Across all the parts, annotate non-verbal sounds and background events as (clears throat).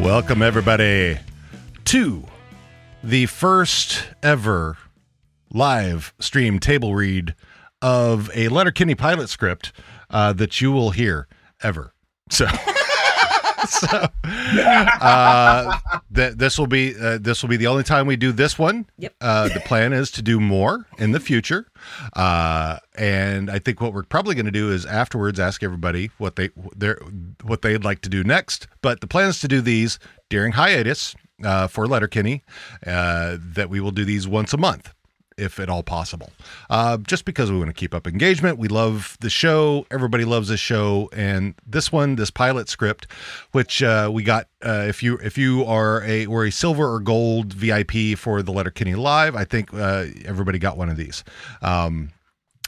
Welcome, everybody, to the first ever live stream table read of a Letterkenny pilot script uh, that you will hear ever. So. (laughs) so uh, th- this will be uh, this will be the only time we do this one. Yep. Uh, the plan is to do more in the future, uh, and I think what we're probably going to do is afterwards ask everybody what they their what they'd like to do next. But the plan is to do these during hiatus uh, for Letterkenny. Uh, that we will do these once a month if at all possible. Uh, just because we want to keep up engagement. We love the show. Everybody loves this show. And this one, this pilot script, which uh, we got, uh, if you if you are a were a silver or gold VIP for the Letterkenny Live, I think uh, everybody got one of these. Um,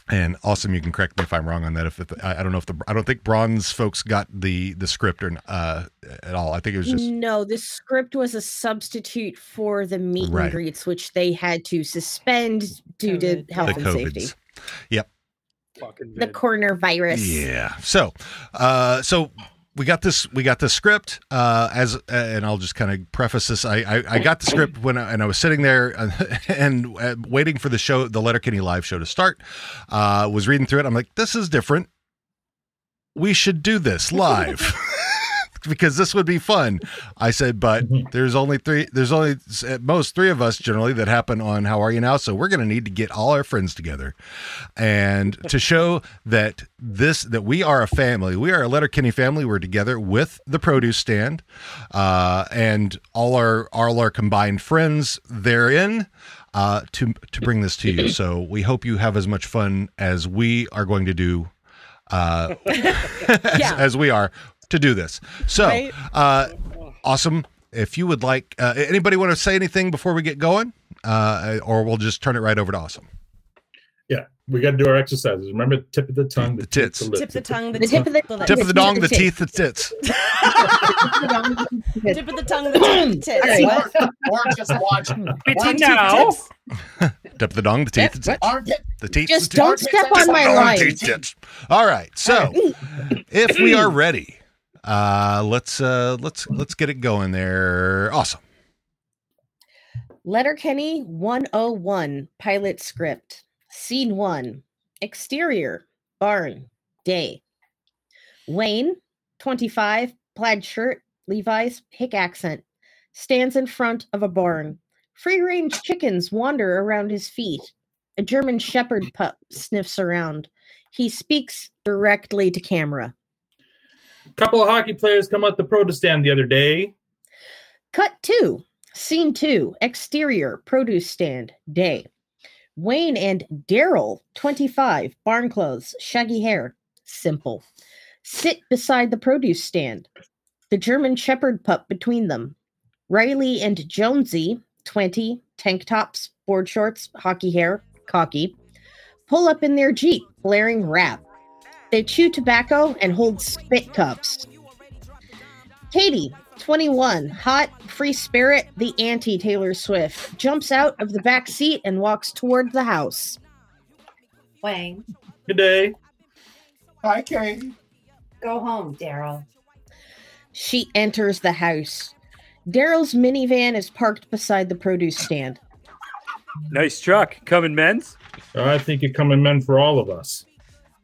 and awesome, you can correct me if I'm wrong on that. If, if I I don't know if the I don't think bronze folks got the the script or uh, at all. I think it was just No, the script was a substitute for the meet Right. and greets, which they had to suspend due COVID. to health the and safety. COVIDs. Fucking The coronavirus. Yeah. So, uh, so we got this. We got this script. Uh, as and I'll just kind of preface this. I, I I got the script when I, and I was sitting there (laughs) uh, and uh, waiting for the show, the Letterkenny live show to start. Uh, was reading through it. I'm like, this is different. We should do this live. (laughs) Because this would be fun, I said. But there's only three. There's only at most three of us generally that happen on How Are You Now. So we're going to need to get all our friends together and to show that this that we are a family we are a letterkenny family we're together with the produce stand uh, and all our all our combined friends therein uh, to to bring this to you so we hope you have as much fun as we are going to do (laughs) uh, (laughs) as, Yeah. as we are to do this so Right. uh, awesome if you would like uh, anybody want to say anything before we get going uh, or we'll just turn it right over to awesome Yeah, we got to do our exercises. Remember, the tip of the tongue, The tip tits. of the lip, Tip the tongue, the, The tip of the (laughs) lip. tip of the (laughs) Tip dong of the the teeth the tits tip of the tongue, the tip of the tits. All right. What? or just watch One, (laughs) Pretty two, now. tits. Dip the dong, the teeth, the, tits, armpit. the teeth. Just the teeth, don't step on my dong, line. teeth, tits. All right. (laughs) So, if we are ready, uh, let's uh, let's let's get it going there. Awesome. Letterkenny 101 pilot script. Scene 1 Exterior, barn, day. Wayne, 25, plaid shirt, Levi's, hick accent, stands in front of a barn. Free range chickens wander around his feet. A German shepherd pup sniffs around. He speaks directly to camera. Couple of hockey players come out the protest stand the other day. Cut two. Scene two. Exterior produce stand. Day. Wayne and Daryl, 25, barn clothes, shaggy hair. Simple. Sit beside the produce stand. The German Shepherd pup between them. Riley and Jonesy, 20, tank tops, board shorts, hockey hair, cocky, pull up in their Jeep, blaring rap. They chew tobacco and hold spit cups. Katie, 21, hot, free spirit, the anti Taylor Swift, jumps out of the back seat and walks toward the house. Wang, Good day. Hi, Katie. go home, Daryl. She enters the house. Daryl's minivan is parked beside the produce stand. (laughs) Nice truck. Coming men's? Uh, I think you're coming men for all of us.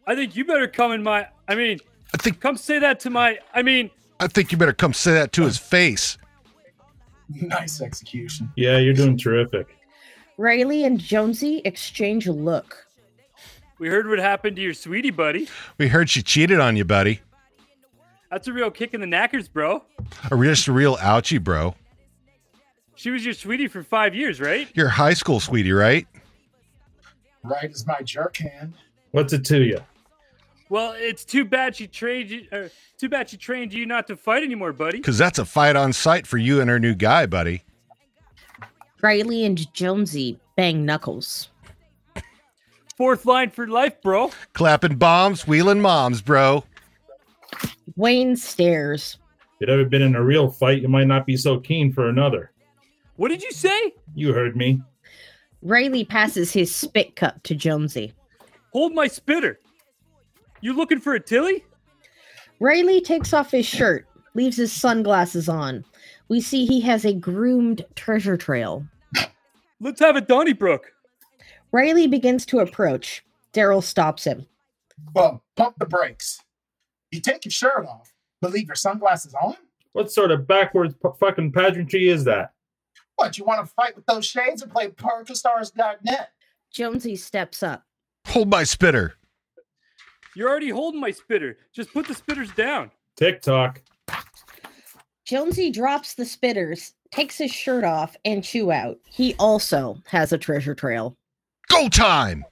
I think you better come in my I mean, I think come say that to my I mean, I think you better come say that to his face. Nice execution. Yeah, you're doing terrific. Riley and Jonesy exchange a look. we heard what happened to your sweetie buddy. We heard she cheated on you, buddy. That's a real kick in the knackers, bro. A re- just a real ouchie, bro. She was your sweetie for five years, right? You're a high school sweetie, right? Right as my jerk hand. What's it to you? Well, it's too bad she trained you or too bad she trained you not to fight anymore, buddy. Because that's a fight on sight for you and her new guy, buddy. Riley and Jonesy bang knuckles. Fourth line for life, bro. Clapping bombs, wheeling moms, bro. Wayne stares. If you'd ever been in a real fight, you might not be so keen for another. What did you say? You heard me. Riley passes his spit cup to Jonesy. Hold my spitter. You looking for a Tilly? Riley takes off his shirt, leaves his sunglasses on. we see he has a groomed treasure trail. Let's have a Donnybrook. Riley begins to approach. Daryl stops him. Well, pump the brakes. You take your shirt off, but leave your sunglasses on? What sort of backwards p- fucking pageantry is that? What, you want to fight with those shades and play PokerStars.net? Jonesy steps up. Hold my spitter. You're already holding my spitter. Just put the spitters (laughs) down. TikTok. Jonesy drops the spitters, takes his shirt off, and chew out. He also has a treasure trail. Go time.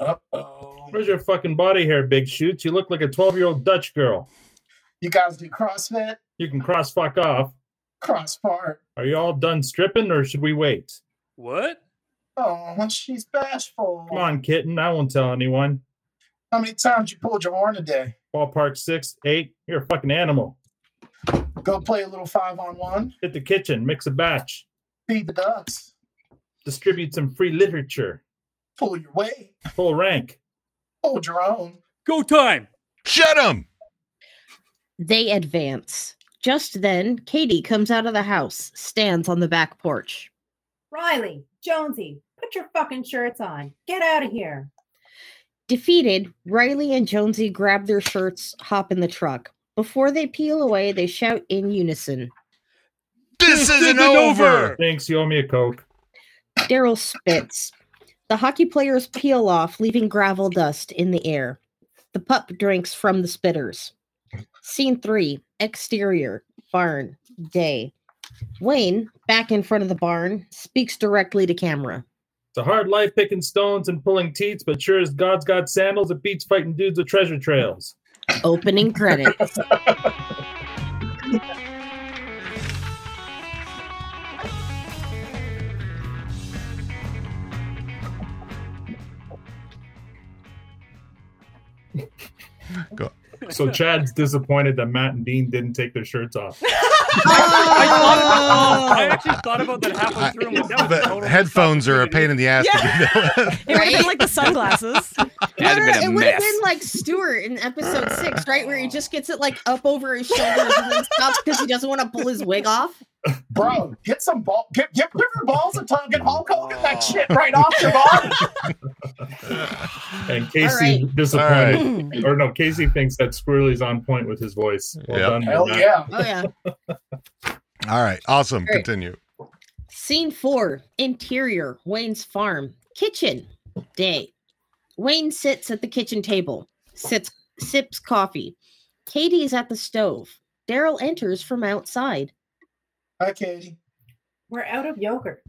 Uh-oh. Where's your fucking body hair, big shoots? You look like a 12 year old Dutch girl. You guys do CrossFit? You can cross fuck off. CrossFart. Are you all done stripping or should we wait? What? Oh, she's bashful. Come on, kitten. I won't tell anyone. How many times you pulled your horn today? Ballpark six, eight. You're a fucking animal. Go play a little five on one. Hit the kitchen, mix a batch, Feed the ducks. distribute some free literature, Pull your weight. full rank. Hold your own. Go time. Shut him. They advance. Just then, Katie comes out of the house, stands on the back porch. Riley, Jonesy, put your fucking shirts on. Get out of here. Defeated, Riley and Jonesy grab their shirts, hop in the truck. Before they peel away, they shout in unison. This, This isn't isn't over. over. Thanks, you owe me a Coke. Daryl spits. The hockey players peel off, leaving gravel dust in the air. The pup drinks from the spitters. Scene three exterior, barn, day. Wayne, back in front of the barn, speaks directly to camera. It's a hard life picking stones and pulling teats, but sure as God's got sandals, it beats fighting dudes with treasure trails. Opening credit. (laughs) So Chad's disappointed that Matt and Dean didn't take their (laughs) shirts off. (laughs) I, thought (laughs) about, I actually thought about that halfway I- through. I'm like, that was a The total headphones are a opportunity. pain in the ass. (laughs) Yeah. To do that. (laughs) It would have Right? been like the sunglasses. That'd have it been a would have mess. been like Stuart in episode six, right? Where he just gets it like up over his shoulders and then stops because he doesn't want to pull his wig off. Bro, get some ball. Get, get rid of your balls and tongue and Hulk Hogan that shit right off your (laughs) body. And Casey disappointed. Or no, Casey thinks that Squirrely's on point with his voice. Well Yeah. done, Hell Matt. yeah. Oh, yeah. All right. Awesome. Great. Continue. Scene four interior, Wayne's farm, kitchen, day. Wayne sits at the kitchen table, sits, sips coffee. Katie is at the stove. Daryl enters from outside. Hi, Katie. We're out of yogurt.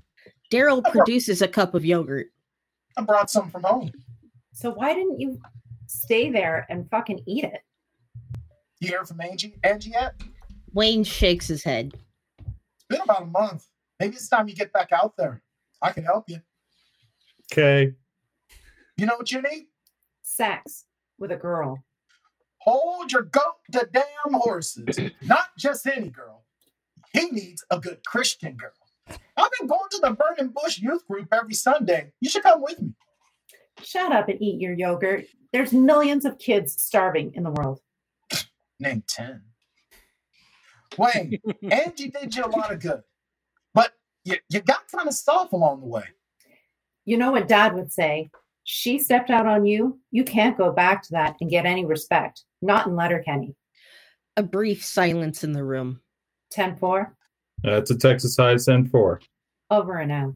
Daryl produces a cup of yogurt. I brought some from home. So why didn't you stay there and fucking eat it? You hear from Angie, Angie yet? Wayne shakes his head. Been about a month. Maybe it's time you get back out there. I can help you. Okay. You know what you need? Sex with a girl. Hold your goat to damn horses. (clears throat) Not just any girl. He needs a good Christian girl. I've been going to the Burning Bush youth group every Sunday. You should come with me. Shut up and eat your yogurt. There's millions of kids starving in the world. Name 10. Wayne, (laughs) Angie did you a lot of good, but you, you got kind of soft along the way. You know what dad would say? She stepped out on you. You can't go back to that and get any respect. Not in Letterkenny. A brief silence in the room. 10 4, That's a uh, Texas high send four. over and out.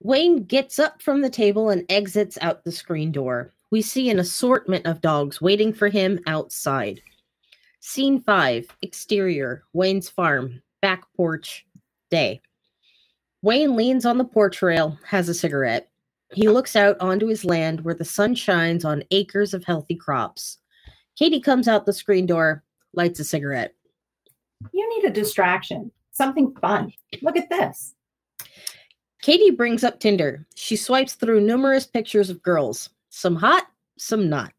Wayne gets up from the table and exits out the screen door. We see an assortment of dogs waiting for him outside. Scene 5 Exterior, Wayne's farm, back porch, day. Wayne leans on the porch rail, has a cigarette. He looks out onto his land where the sun shines on acres of healthy crops. Katie comes out the screen door, lights a cigarette. You need a distraction, something fun. Look at this. Katie brings up Tinder. She swipes through numerous pictures of girls, some hot, some not.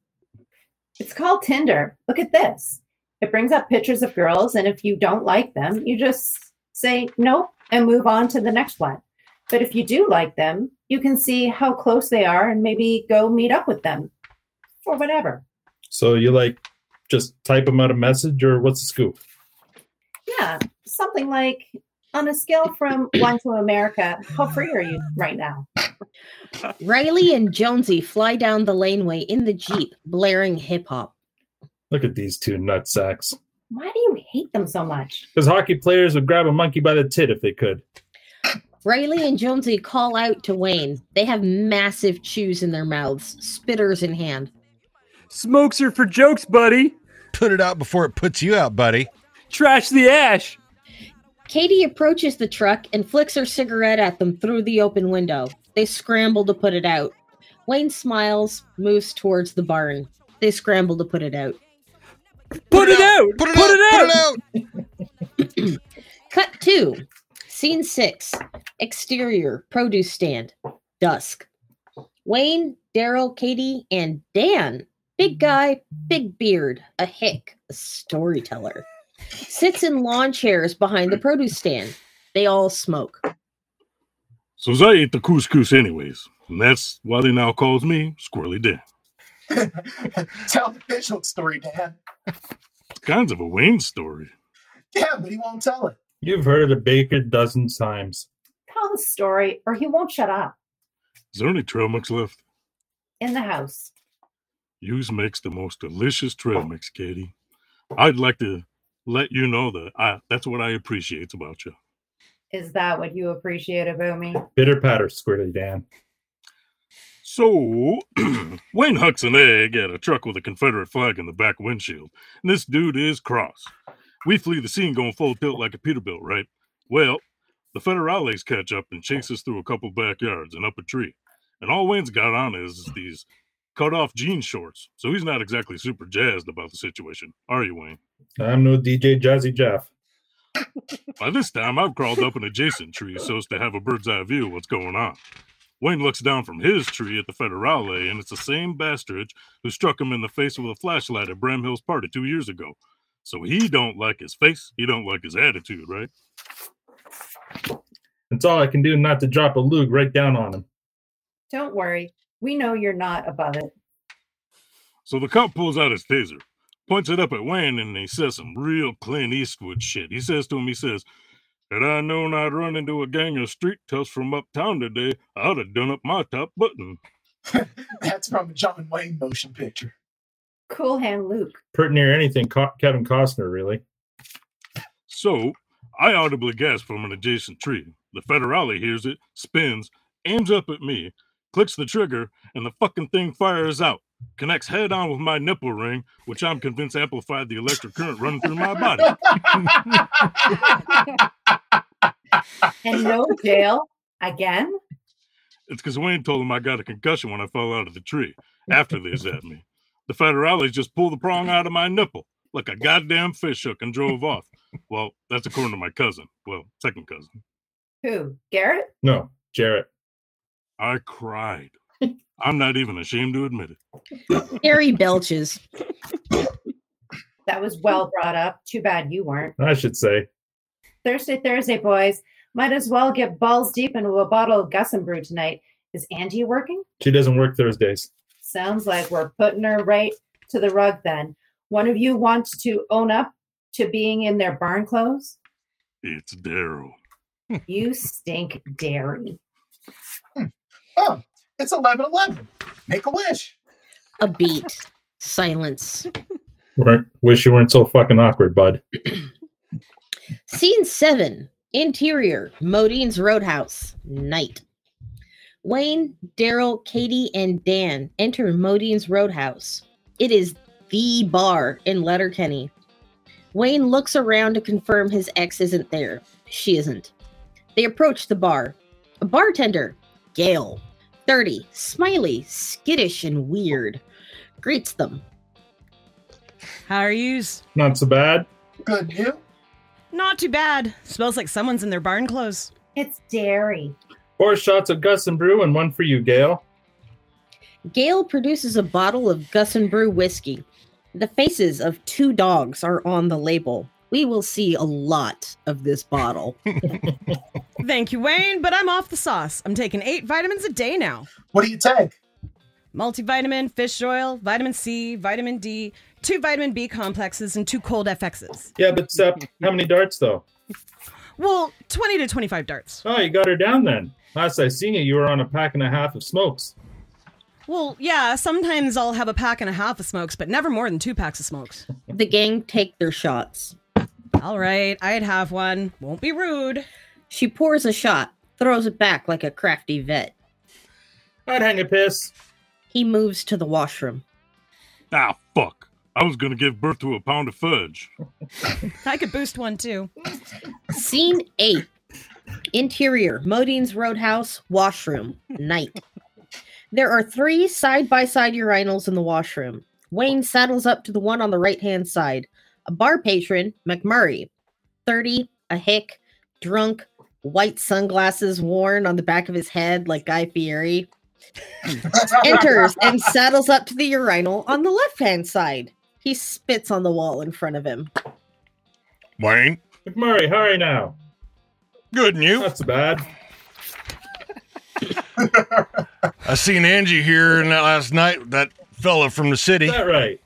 It's called Tinder. Look at this. It brings up pictures of girls, and if you don't like them, you just say nope and move on to the next one. But if you do like them, you can see how close they are and maybe go meet up with them or whatever. So you like just type them out a message or what's the scoop? You yeah, something like on a scale from one to America, how free are you right now? Riley and Jonesy fly down the laneway in the Jeep, blaring hip hop. Look at these two nutsacks. Why do you hate them so much? Because hockey players would grab a monkey by the tit if they could. Riley and Jonesy call out to Wayne. They have massive chews in their mouths, spitters in hand. Smokes are for jokes, buddy. Put it out before it puts you out, buddy. Trash the ash. Katie approaches the truck and flicks her cigarette at them through the open window. They scramble to put it out. Wayne smiles, moves towards the barn. They scramble to put it out. Put it out. Put it, out, Put it out. Cut two. Scene six. Exterior produce stand. Dusk. Wayne, Daryl, Katie, and Dan. Big guy, big beard, a hick, a storyteller. Sits in lawn chairs behind the produce stand. They all smoke. So I ate the couscous anyways, and that's why they now calls me Squirrely Dan. (laughs) Tell the official story, Dan. It's kind of a Wayne story. Yeah, but he won't tell it. You've heard of Baker dozens times. Tell the story, or he won't shut up Is there any trail mix left? in the house. Yous makes the most delicious trail mix, Katie. I'd like to let you know that I, that's what I appreciate about you. Is that what you appreciate about me? Bitter patter, Squirty Dan. So, (clears throat) Wayne hucks an egg at a truck with a Confederate flag in the back windshield, and this dude is cross. We flee the scene going full tilt like a Peterbilt, right? Well, the Federales catch up and chase us through a couple backyards and up a tree. And all Wayne's got on is these cut off jean shorts, so he's not exactly super jazzed about the situation, are you, Wayne? I'm no DJ Jazzy Jeff. By this time, I've crawled up an adjacent tree so as to have a bird's eye view of what's going on. Wayne looks down from his tree at the Federale, and it's the same bastard who struck him in the face with a flashlight at Bram Hill's party two years ago. So he don't like his face, he don't like his attitude, right? It's all I can do not to drop a lug right down on him. Don't worry. We know you're not above it. So the cop pulls out his taser, points it up at Wayne, and he says some real Clint Eastwood shit. He says to him, he says, Had I known I'd run into a gang of street toughs from uptown today, I'd have done up my top button. That's from a John Wayne motion picture. Cool (laughs) hand Luke. Pert near anything, Co- Kevin Costner, really. So I audibly gasp from an adjacent tree. The Federale hears it, spins, aims up at me, clicks the trigger, and the fucking thing fires out. Connects head on with my nipple ring, which I'm convinced amplified the electric current running through my body. (laughs) And no jail again? It's because Wayne told him I got a concussion when I fell out of the tree after they zapped me. The federales just pulled the prong out of my nipple like a goddamn fish hook and drove off. Well, that's according to my cousin. Well, second cousin. Who? Garrett? No, Jarrett. I cried. (laughs) I'm not even ashamed to admit it. Harry belches. That was well brought up. Too bad you weren't. I should say. Thursday, Thursday, boys. Might as well get balls deep into a bottle of Gus and Brew tonight. Is Angie working? She doesn't work Thursdays. Sounds like we're putting her right to the rug then. One of you wants to own up to being in their barn clothes? It's Daryl. You stink dairy. Oh, it's 11 11. Make a wish. A beat. Silence. Weren't, wish you weren't so fucking awkward, bud. Scene seven. Interior. Modine's Roadhouse. Night. Wayne, Daryl, Katie, and Dan enter Modine's Roadhouse. It is the bar in Letterkenny. Wayne looks around to confirm his ex isn't there. She isn't. They approach the bar. A bartender, Gail, 30, smiley, skittish, and weird, greets them. How are yous? Not so bad. Good you. Not too bad. Smells like someone's in their barn clothes. It's dairy. Four shots of Gus and Brew and one for you, Gail. Gail produces a bottle of Gus and Brew whiskey. The faces of two dogs are on the label. We will see a lot of (laughs) this bottle. Thank you, Wayne, but I'm off the sauce. I'm taking eight vitamins a day now. What do you take? multivitamin, fish oil, vitamin C, vitamin D, two vitamin B complexes, and two cold FXs. Yeah, but Sep, how many darts though? Well, 20 to 25 darts. Oh, you got her down then. Last I seen you, you were on a pack and a half of smokes. Well, yeah, sometimes I'll have a pack and a half of smokes, but never more than two packs of smokes. The gang take their shots. All right, I'd have one. Won't be rude. She pours a shot, throws it back like a crafty vet. I'd hang a piss. He moves to the washroom. Ah, fuck. I was gonna give birth to a pound of fudge. I could boost one too. Scene 8 Interior Modine's Roadhouse Washroom Night. There are three side by side urinals in the washroom. Wayne saddles up to the one on the right hand side. A bar patron, McMurray, 30, a hick, drunk, white sunglasses worn on the back of his head like Guy Fieri, enters (laughs) and saddles up to the urinal on the left hand side. He spits on the wall in front of him. Wayne, McMurray, hurry now. good and you. That's bad. I seen Angie here and that last night. That fella from the city Is that right?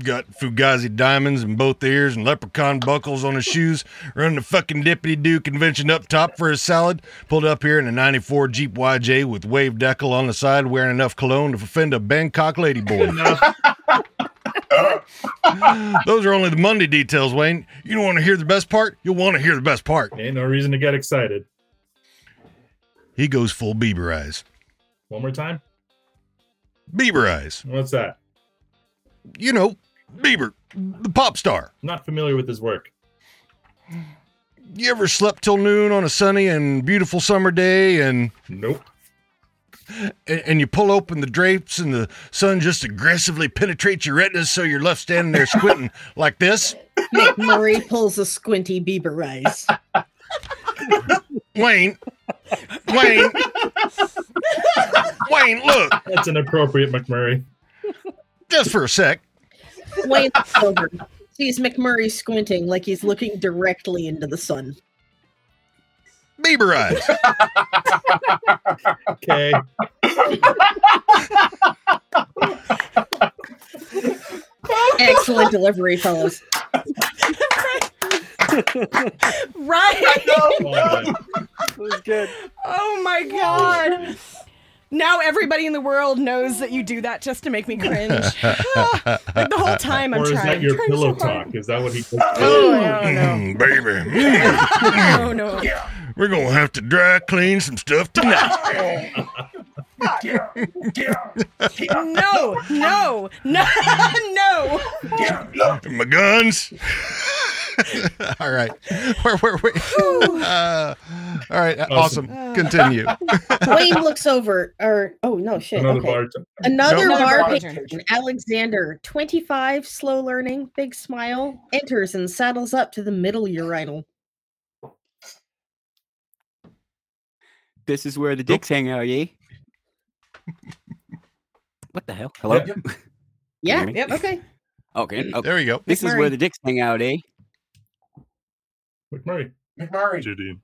got Fugazi diamonds in both ears and leprechaun buckles on his shoes. Running the fucking Dippity Doo convention up top for his salad. Pulled up here in a '94 Jeep YJ with wave decal on the side, wearing enough cologne to offend a Bangkok ladyboy. Enough. Those are only the Monday details, Wayne. You don't want to hear the best part? You'll want to hear the best part. Ain't no reason to get excited. He goes full Bieber eyes. One more time. Bieber eyes. What's that? You know, Bieber, the pop star. Not familiar with his work. You ever slept till noon on a sunny and beautiful summer day and Nope. and, and you pull open the drapes and the sun just aggressively penetrates your retinas so you're left standing there (laughs) squinting like this? McMurray pulls a squinty Bieber eyes. Wayne, Wayne, Wayne, look, That's inappropriate, McMurray. just for a sec. Wayne looks over, sees McMurray squinting like he's looking directly into the sun. Bieber eyes. (laughs) Okay. Excellent delivery, fellas. Right? (laughs) Well, was good. Oh my god. Now everybody in the world knows that you do that just to make (laughs) me cringe. Ah, like the whole time I'm or is trying. that your trying pillow so hard. talk? Is that what he? Oh, I don't know. Mm, (laughs) baby. Mm. Oh no. We're gonna have to dry clean some stuff tonight. No, no, no, (laughs) no. My guns. (laughs) all right, where were we? (laughs) Uh, all right, awesome. Awesome. Continue. Wayne looks over, or oh no, shit. Another okay. bar. Another Nope. bar Another patron, Alexander, 25, slow learning, big smile, enters and saddles up to the middle urinal. This is where the dicks hang out, ye. (laughs) What the hell? Hello? (laughs) Yep. you Yeah. hear me? Yep. Okay. Okay. okay. There we go. This is McMurray. where the dicks hang out, eh? McMurray. McMurray. Judy.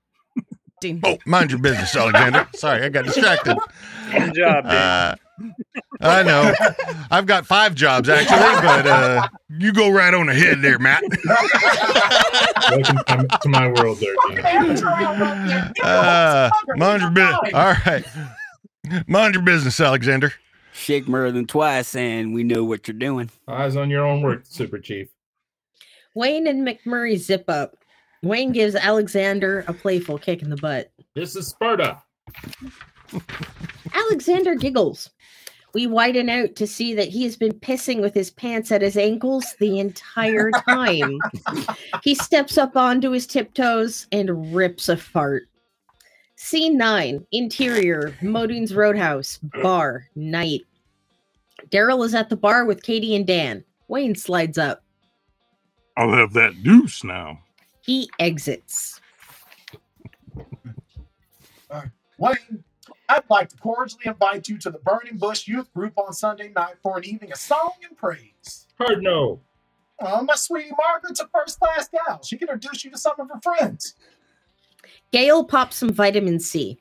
Dean. Oh, mind your business, Alexander. Sorry, I got distracted. Good job, dude. Uh, I know. I've got five jobs actually, but uh, you go right on ahead there, Matt. (laughs) Welcome to- to my world, there. Jim. Uh, mind your business. All right, mind your business, Alexander. Shake more than twice, and we know what you're doing. Eyes on your own work, Super Chief. Wayne and McMurray zip up. Wayne gives Alexander a playful kick in the butt. This is Sparta. Alexander giggles. We widen out to see that he has been pissing with his pants at his ankles the entire time. he steps up onto his tiptoes and rips a fart. Scene 9 Interior, Modine's Roadhouse, Bar, Night. Daryl is at the bar with Katie and Dan. Wayne slides up. (laughs) I'll have that deuce now. He exits. Wayne, I'd like to cordially invite you to the Burning Bush Youth Group on Sunday night for an evening of song and praise. Hard no. Well, my sweetie Margaret's a first class gal. She can introduce you to some of her friends. Gail pops some vitamin C.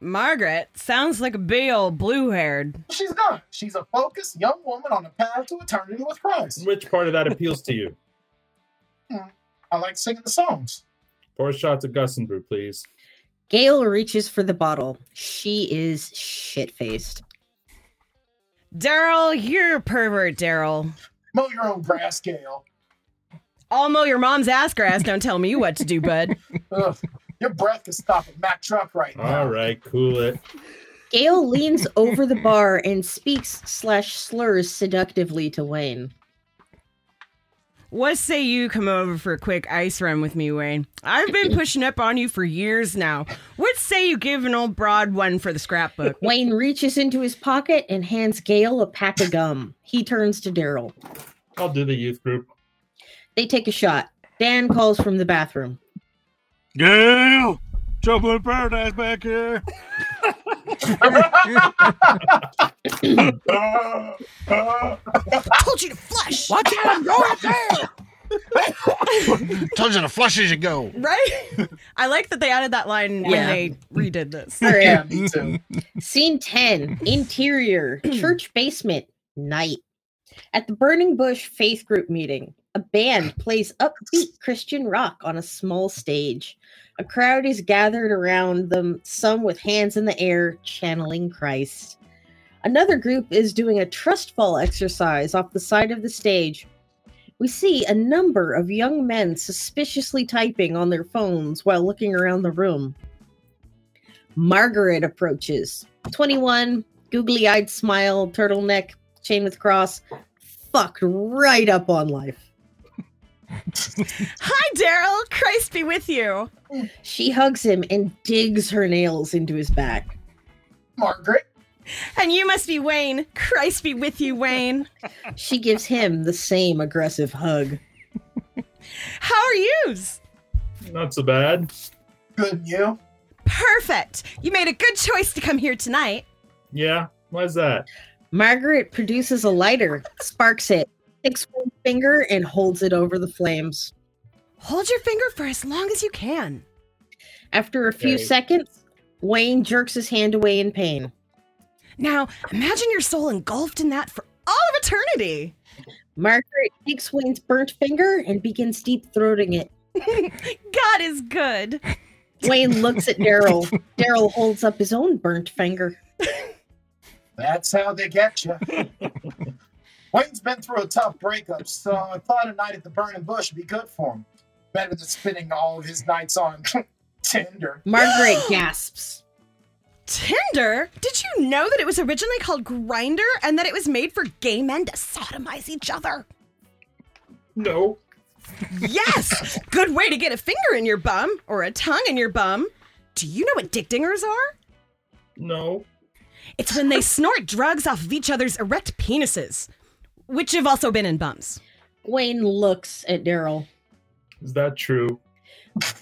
Margaret sounds like a big old blue haired. She's not. She's a focused young woman on the path to eternity with Christ. Which part of that appeals to you? I like singing the songs. Four shots of Gussenbrew, please. Gail reaches for the bottle. She is shit faced. Daryl, you're a pervert, Daryl. Mow your own grass, Gail. I'll mow your mom's ass grass. Don't tell me what to do, bud. (laughs) Ugh, your breath can stop a Mack truck right now. All right, cool it. Gail leans over the bar and speaks slash slurs seductively to Wayne. What say you come over for a quick ice run with me, Wayne? I've been pushing up on you for years now. What say you give an old broad one for the scrapbook? (laughs) Wayne reaches into his pocket and hands Gail a pack of gum. He turns to Daryl. I'll do the youth group. They take a shot. Dan calls from the bathroom. Gail! Trouble in paradise back here. Told you to flush. Watch out, go up there. Told you to flush as you go. Right? (laughs) I like that they added that line when Yeah. they (laughs) redid this. All right. Yeah, me too. Scene 10 (clears throat) Interior, church basement, night. At the Burning Bush faith group meeting, a band plays upbeat Christian rock on a small stage. A crowd is gathered around them, some with hands in the air, channeling Christ. Another group is doing a trust fall exercise off the side of the stage. We see a number of young men suspiciously typing on their phones while looking around the room. Margaret approaches. 21, googly eyed smile, turtleneck, chain with cross, fucked right up on life. (laughs) Hi, Daryl. Christ be with you. She hugs him and digs her nails into his back. Margaret, And you must be Wayne. Christ be with you, Wayne. (laughs) She gives him the same aggressive hug. How are yous? Not so bad. good and you. Perfect. You made a good choice to come here tonight. Yeah. Why's that? Margaret produces a lighter, sparks it, takes one finger and holds it over the flames. Hold your finger for as long as you can. After a few Okay. seconds, Wayne jerks his hand away in pain. Now, imagine your soul engulfed in that for all of eternity. Margaret takes Wayne's burnt finger and begins deep throating it. (laughs) God is good. Wayne looks at Daryl. Daryl holds up his own burnt finger. That's how they get (laughs) you. Wayne's been through a tough breakup, so I thought a night at the Burning Bush would be good for him. Better than spending all of his nights on (laughs) Tinder. (gasps) Margaret gasps. Tinder? Did you know that it was originally called Grinder and that it was made for gay men to sodomize each other? No. Yes! Good way to get a finger in your bum or a tongue in your bum. Do you know what dick dingers are? No. It's when they snort drugs off of each other's erect penises, which have also been in bums. Wayne looks at Daryl. Is that true?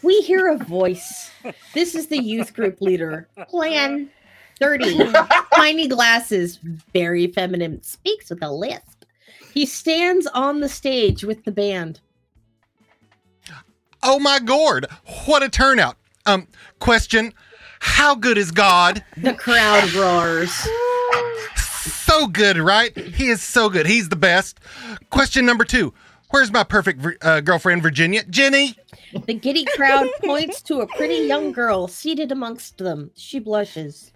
We hear a voice. This is the youth group leader. Plan (laughs) 30. Tiny glasses, very feminine, speaks with a lisp. He stands on the stage with the band. Oh my gourd! What a turnout. Um, question: How good is God? The crowd roars. So good, right? He is so good. He's the best. Question number two: Where's my perfect vir- uh, girlfriend, Virginia? Jenny. The giddy crowd points to a pretty young girl seated amongst them. She blushes.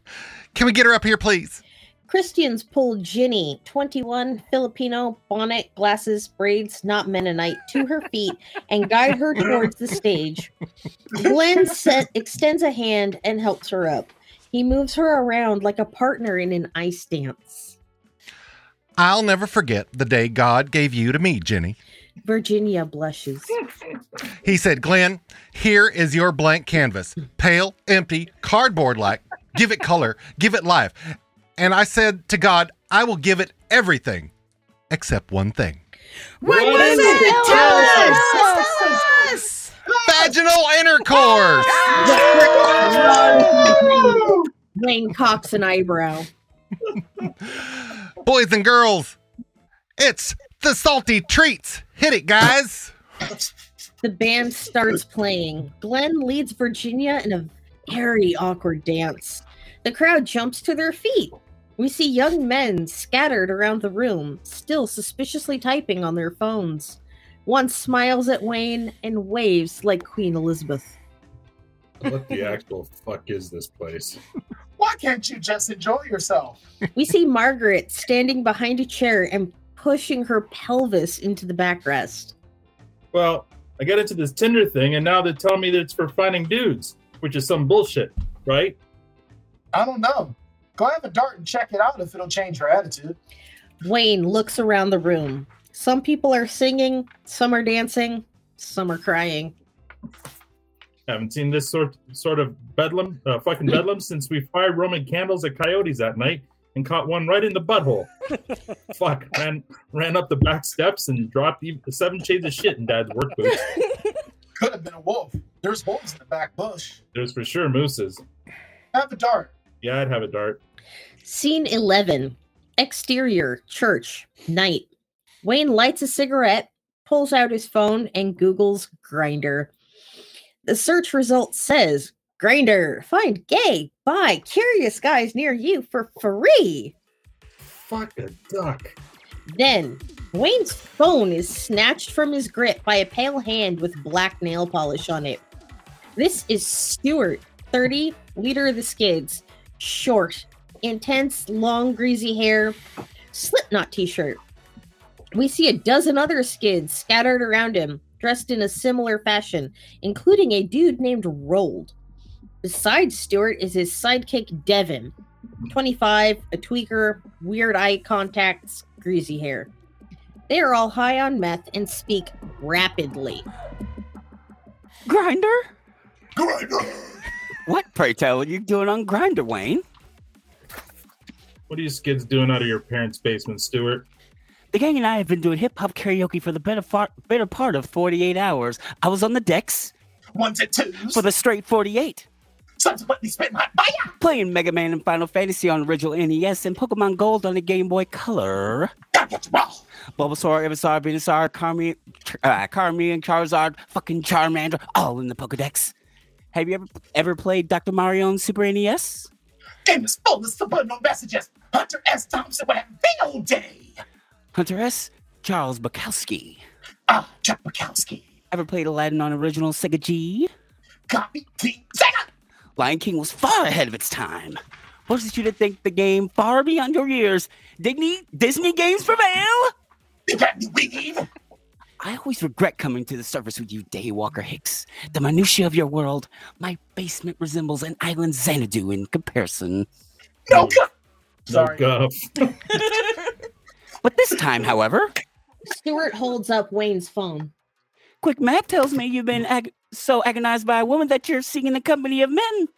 Can we get her up here, please? Christians pull Ginny, 21, Filipino, bonnet, glasses, braids, not Mennonite, to her feet and guide her towards the stage. Glenn set, extends a hand and helps her up. He moves her around like a partner in an ice dance. I'll never forget the day God gave you to me, Jenny. Virginia blushes. He said, Glenn, here is your blank canvas. Pale, empty, cardboard like. Give it color, give it life. And I said to God, I will give it everything except one thing What, What was is it? it? Tell Tell us! us! Tell us! vaginal intercourse. The crowd roars. Wayne cocks an eyebrow. Boys and girls, it's the salty treats. Hit it, guys. The band starts playing. Glenn leads Virginia in a very awkward dance. The crowd jumps to their feet. We see young men scattered around the room, still suspiciously typing on their phones. One smiles at Wayne and waves like Queen Elizabeth. (laughs) What the actual fuck is this place? Why can't you just enjoy yourself? (laughs) We see Margaret standing behind a chair and pushing her pelvis into the backrest. Well, I got into this Tinder thing, and now they're telling me that it's for finding dudes, which is some bullshit, right? I don't know. Go have a dart and check it out if it'll change your attitude. Wayne looks around the room. Some people are singing, some are dancing, some are crying. I haven't seen this sort sort of bedlam, uh, fucking bedlam, since we fired Roman candles at coyotes that night and caught one right in the butthole. Fuck, ran ran up the back steps and dropped the the seven shades of shit in Dad's work boots. Could have been a wolf. There's wolves in the back bush. There's for sure mooses. Have a dart. Yeah, I'd have a dart. Scene 11 Exterior, church, night. Wayne lights a cigarette, pulls out his phone, and Googles grinder. The search result says grinder, find gay, bi, curious guys near you for free. Fuck a duck. Then, Wayne's phone is snatched from his grip by a pale hand with black nail polish on it. This is Stewart, 30, leader of the skids. Short, intense, long, greasy hair, slipknot t shirt. We see a dozen other skids scattered around him, dressed in a similar fashion, including a dude named Rold. Besides Stewart is his sidekick, Devin, 25, a tweaker, weird eye contacts, greasy hair. They are all high on meth and speak rapidly. Grinder? Grinder. What, pray tell, are you doing on Grinder, Wayne? What are you skids doing out of your parents' basement, Stuart? The gang and I have been doing hip hop karaoke for the better, far- better part of 48 hours. I was on the decks Ones and twos. for the straight 48, Subsequently spit my fire. playing Mega Man and Final Fantasy on original NES and Pokemon Gold on the Game Boy Color. That was wrong. Bulbasaur, Ivysaur, Venusaur, Carmi- Ch- uh, Charmeleon, Charizard, fucking Charmander, all in the Pokedex. Have you ever ever played Dr. Mario on Super E NES? Game is full of subliminal messages. Hunter S. Thompson would have field day. Hunter S. Charles Bukowski. Ah, Chuck Bukowski. Ever played Aladdin on original Sega G? Copy, King, Sega. Lion King was far ahead of its time. Forces you to think the game far beyond your years. Disney, Disney games prevail. You got me weave. I always regret coming to the surface with you, Daywalker Hicks. The minutia of your world. My basement resembles an island Xanadu in comparison. No cut. No Sorry. guff. But this time, however, Stewart holds up Wayne's phone. quick math tells me you've been ag- so agonized by a woman that you're seeking the company of men.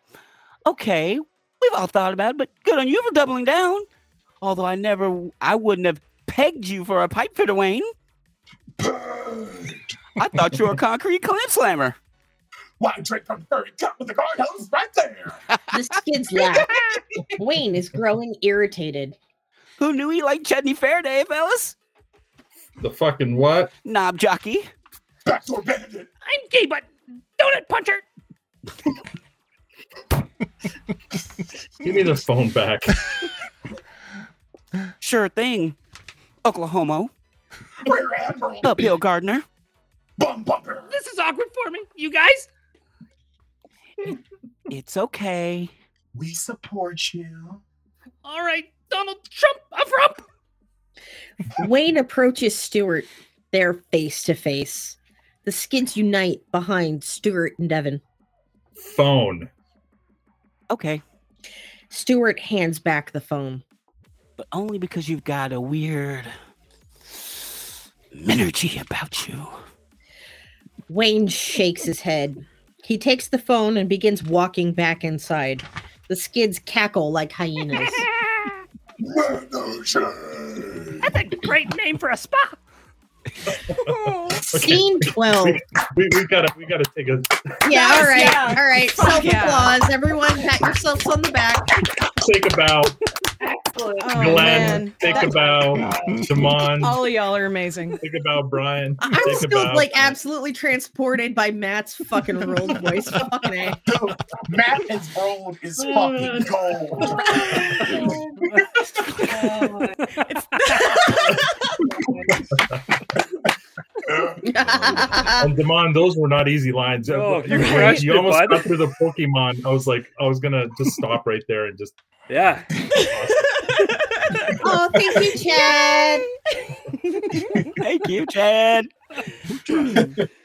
Okay, we've all thought about it, but good on you for doubling down. Although I never, I wouldn't have pegged you for a pipe fitter, Wayne. I thought you were a concrete clam slammer. Why drink from the furry cup with the guard hose right there? The skids laugh. Wayne is growing irritated. Who knew he liked Chudney Faraday, fellas? The fucking what? Knob jockey. Backdoor bandit. I'm gay, but donut puncher. Give me the phone back. Sure thing. Oklahoma. Rear admiral. Uphill gardener. Bum bumper. This is awkward for me. You guys? It's okay. We support you. All right, Donald Trump, a Trump. (laughs) Wayne approaches Stewart. They're face to face. The skids unite behind Stewart and Devon. Phone. Okay. Stewart hands back the phone. but only because you've got a weird energy about you. Wayne shakes his head. He takes the phone and begins walking back inside. The skids cackle like hyenas. (laughs) Manager. That's a great name for a spa. (laughs) Scene 12. We, we gotta we gotta take a Yeah, all right. yeah. All right. Fuck Self yeah. applause. Everyone pat yourselves on the back. Take a bow. Excellent. Oh, Glenn, man. take a That- Oh. bow. Damon, All of y'all are amazing. take a bow. Brian, I'm take a still bow. like absolutely transported by Matt's fucking rolled voice. Fucking A. Matt is rolled (laughs) is Mm. fucking gold. Um, and Damon, those were not easy lines. Oh, you, crushed you it, almost bud. got through the Pokemon. I was like, I was gonna just stop right there and just Yeah. oh, thank (laughs) you, Chad. Thank you, Chad. (laughs)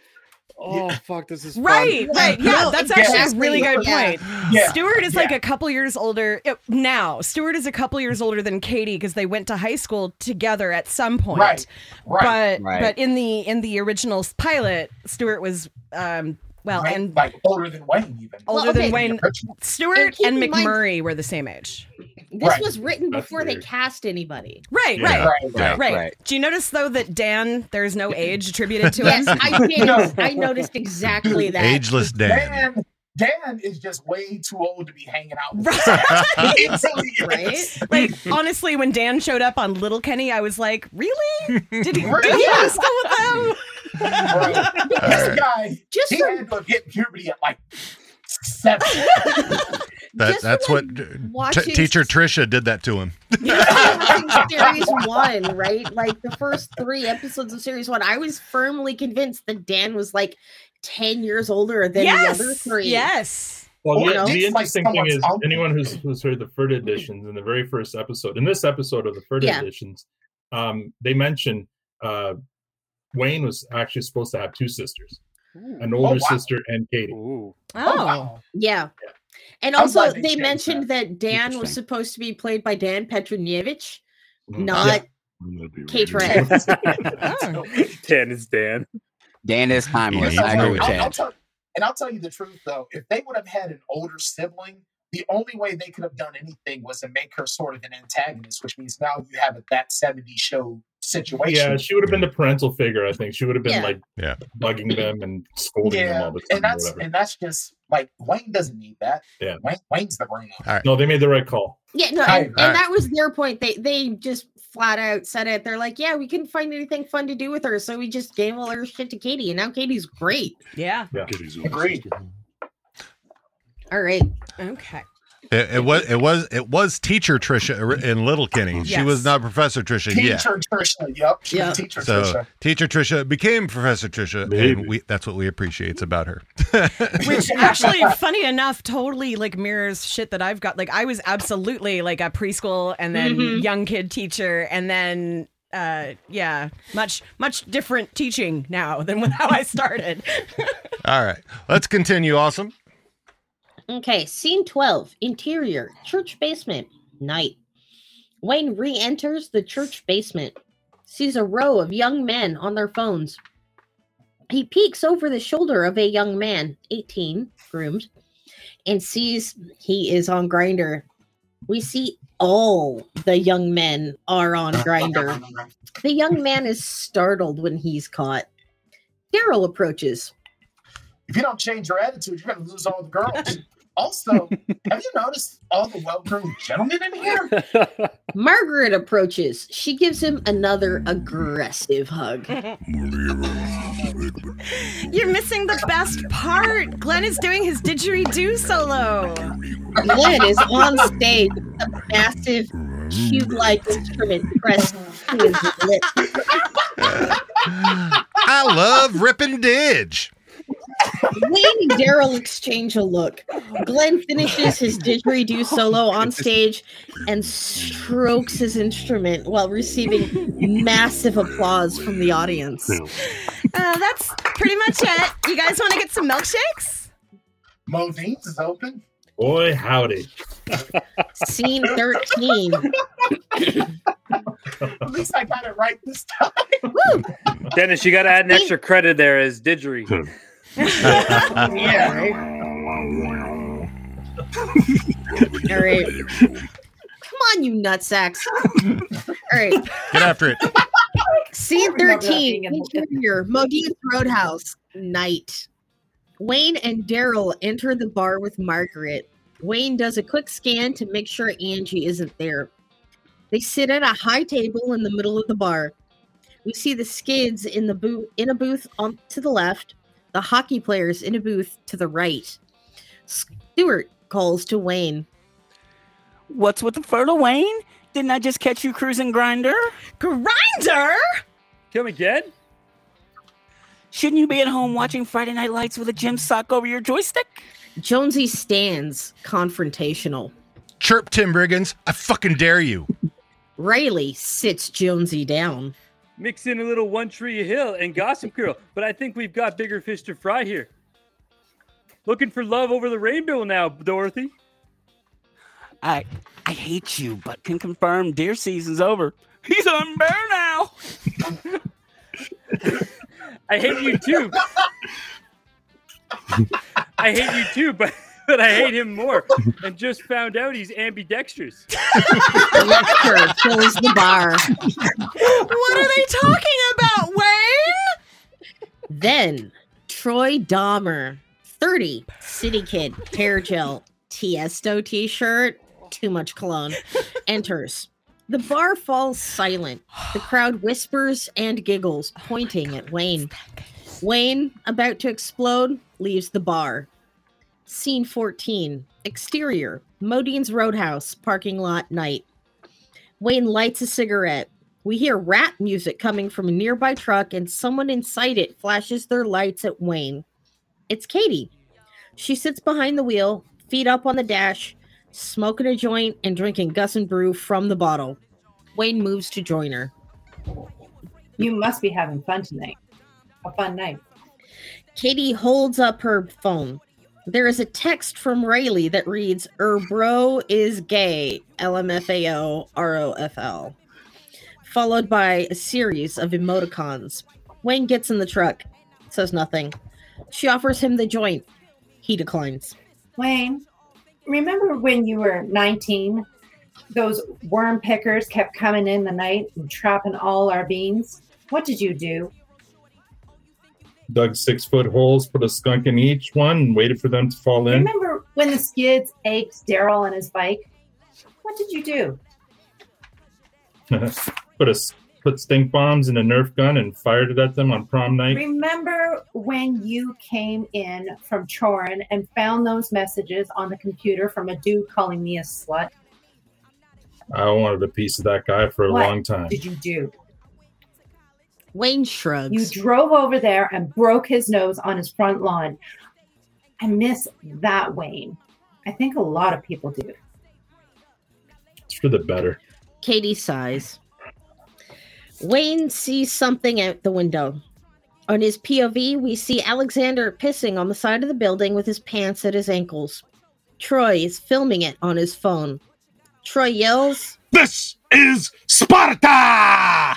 Oh fuck, this is fun. Right, right. Yeah, No, that's exactly. actually a really good Yeah. point. Yeah, Stewart is like yeah. a couple years older uh, now. Stewart is a couple years older than Katie because they went to high school together at some point. Right, right. But Right. but in the in the original s- pilot, Stewart was um well Right? and like older than Wayne even. older Well, okay. than Wayne. And Stewart keep and in mind- McMurray were the same age. This Right. was written That's before they weird. cast anybody. Right, Yeah. right, Right, Right, right, Do you notice though that Dan there's no age attributed to Yes, him? (laughs) I did. No. I noticed exactly that. Ageless Dan. Dan, Dan is just way too old to be hanging out with. Right. (laughs) (laughs) It really is. Right? Like honestly, when Dan showed up on Little Kenny, I was like, "Really? Did (laughs) he, Really? did he go to school with them?" Right. (laughs) This guy, Just he so- had to hit puberty at like seven. That, Just that's from, what like, t- watching- teacher Trisha did that to him. watching series one, right? Like the first three episodes of series one, I was firmly convinced that Dan was like 10 years older than the other yes, three. yes. Well, Or the, at the least, like, interesting thing someone's is, uncle. anyone who's, who's heard the Furt editions in the very first episode, in this episode of the Furt Yeah. editions, um, they mention uh, Wayne was actually supposed to have two sisters, an Oh, Oh, older wow. sister and Katie. Ooh. Oh, wow. Yeah. Yeah. And I'm also, glad they they changed mentioned that Dan was Interesting. supposed to be played by Dan Petronievich, Mm. not That'd be Kate weird. Ray. (laughs) (laughs) Oh. Dan is Dan. Dan is timeless. I agree with I'll- I'll Chad. tell- and I'll tell you the truth though, if they would have had an older sibling, the only way they could have done anything was to make her sort of an antagonist, which means now you have a that 70 show situation. Yeah, she would have been the parental figure. I think she would have been Yeah. like Yeah. bugging them and scolding them all the time. and that's whatever. and that's just like Wayne doesn't need that. Yeah. Wayne, Wayne's the brain. on it. no, they made the right call. Yeah, no, Right, and, and right. that was their point. They they just flat out said it. They're like, yeah, we couldn't find anything fun to do with her, so we just gave all her shit to Katie, and now Katie's great. yeah. Katie's older Agreed. sister. All right, Okay. It, it was it was it was teacher Trisha or- in Little Kenny. She was Yes. not Professor Trisha yet. Teacher Trisha, yep. She's Yeah. Teacher So Trisha. teacher Trisha became Professor Trisha, Maybe. and we, that's what we appreciates about her. Which actually, funny enough, totally like mirrors shit that I've got. Like I was absolutely like a preschool and then Mhm. young kid teacher and then uh yeah, much much different teaching now than when how I started. (laughs) All right, let's continue. Awesome. okay. Scene twelve: interior church basement. Night. Wayne re-enters the church basement, sees a row of young men on their phones. He peeks over the shoulder of a young man, eighteen, groomed, and sees he is on grinder. We see all the young men are on grinder. The young man is startled when he's caught. Daryl approaches. If you don't change your attitude, you're gonna lose all the girls. also, have you noticed all the well-groomed gentlemen in here? Margaret approaches. She gives him another aggressive (laughs) hug. You're missing the best part. Glenn is doing his didgeridoo solo. Glenn is on stage with a massive cube-like instrument pressed to his lips. I love ripping didge. Wayne and Daryl exchange a look. Glenn finishes his didgeridoo solo on stage and strokes his instrument while receiving massive applause from the audience. Uh, that's pretty much it. You guys want to get some milkshakes? Modine's is open. Boy, howdy. Scene 13. (laughs) At least I got it right this time. Dennis, you got to add an extra credit there as Didgery. (laughs) (laughs) Yeah, right? All right. Come on, you nutsacks. All right. Get after it. Scene remember that being 13, in the- interior, Modine's Roadhouse, night. Wayne and Daryl enter the bar with Margaret. Wayne does a quick scan to make sure Angie isn't there. They sit at a high table in the middle of the bar. We see the skids in the booth in a booth on to the left, the hockey players in a booth to the right. Stewart calls to Wayne. What's with the fertile Wayne? Didn't I just catch you cruising grinder? Grinder? Come again? Shouldn't you be at home watching Friday Night Lights with a gym sock over your joystick? Jonesy stands confrontational. Chirp, Tim Briggins. I fucking dare you. Riley sits Jonesy down. (laughs) Mix in a little One Tree Hill and Gossip Girl, but I think we've got bigger fish to fry here. Looking for love over the rainbow now, Dorothy. I I hate you, but can confirm deer season's over. He's on bear now. (laughs) I hate you too. I hate you too, but (laughs) but I hate him more. And just found out he's ambidextrous. Lecter fills the bar. What are they talking about, Wayne? Then Troy Dahmer, 30, city kid, hair gel, Tiesto t shirt, too much cologne, enters. The bar falls silent. The crowd whispers and giggles, pointing at Wayne. Wayne, about to explode, leaves the bar. Scene 14 Exterior, Modine's Roadhouse, parking lot, night. Wayne lights a cigarette. We hear rap music coming from a nearby truck, and someone inside it flashes their lights at Wayne. It's Katie. She sits behind the wheel, feet up on the dash, smoking a joint and drinking Gus and Brew from the bottle. Wayne moves to join her. You must be having fun tonight. A fun night. Katie holds up her phone. There is a text from Riley that reads, Er bro is gay. LMFAO ROFL. Followed by a series of emoticons. Wayne gets in the truck, says nothing. She offers him the joint. He declines. Wayne, remember when you were 19? Those worm pickers kept coming in the night and trapping all our beans. What did you do? Dug six foot holes, put a skunk in each one, and waited for them to fall in. Remember when the skids ached Daryl on his bike? What did you do? (laughs) put a s- put stink bombs in a Nerf gun and fired it at them on prom night. Remember when you came in from Chorin and found those messages on the computer from a dude calling me a slut? I wanted a piece of that guy for a What long time. Did you do? Wayne You shrugs. drove over there and broke his nose on his front lawn. I miss that Wayne. I think a lot of people do. It's for the better. Katie sighs. Wayne sees something out the window. On his POV, we see Alexander pissing on the side of the building with his pants at his ankles. Troy is filming it on his phone. Troy yells This is Sparta!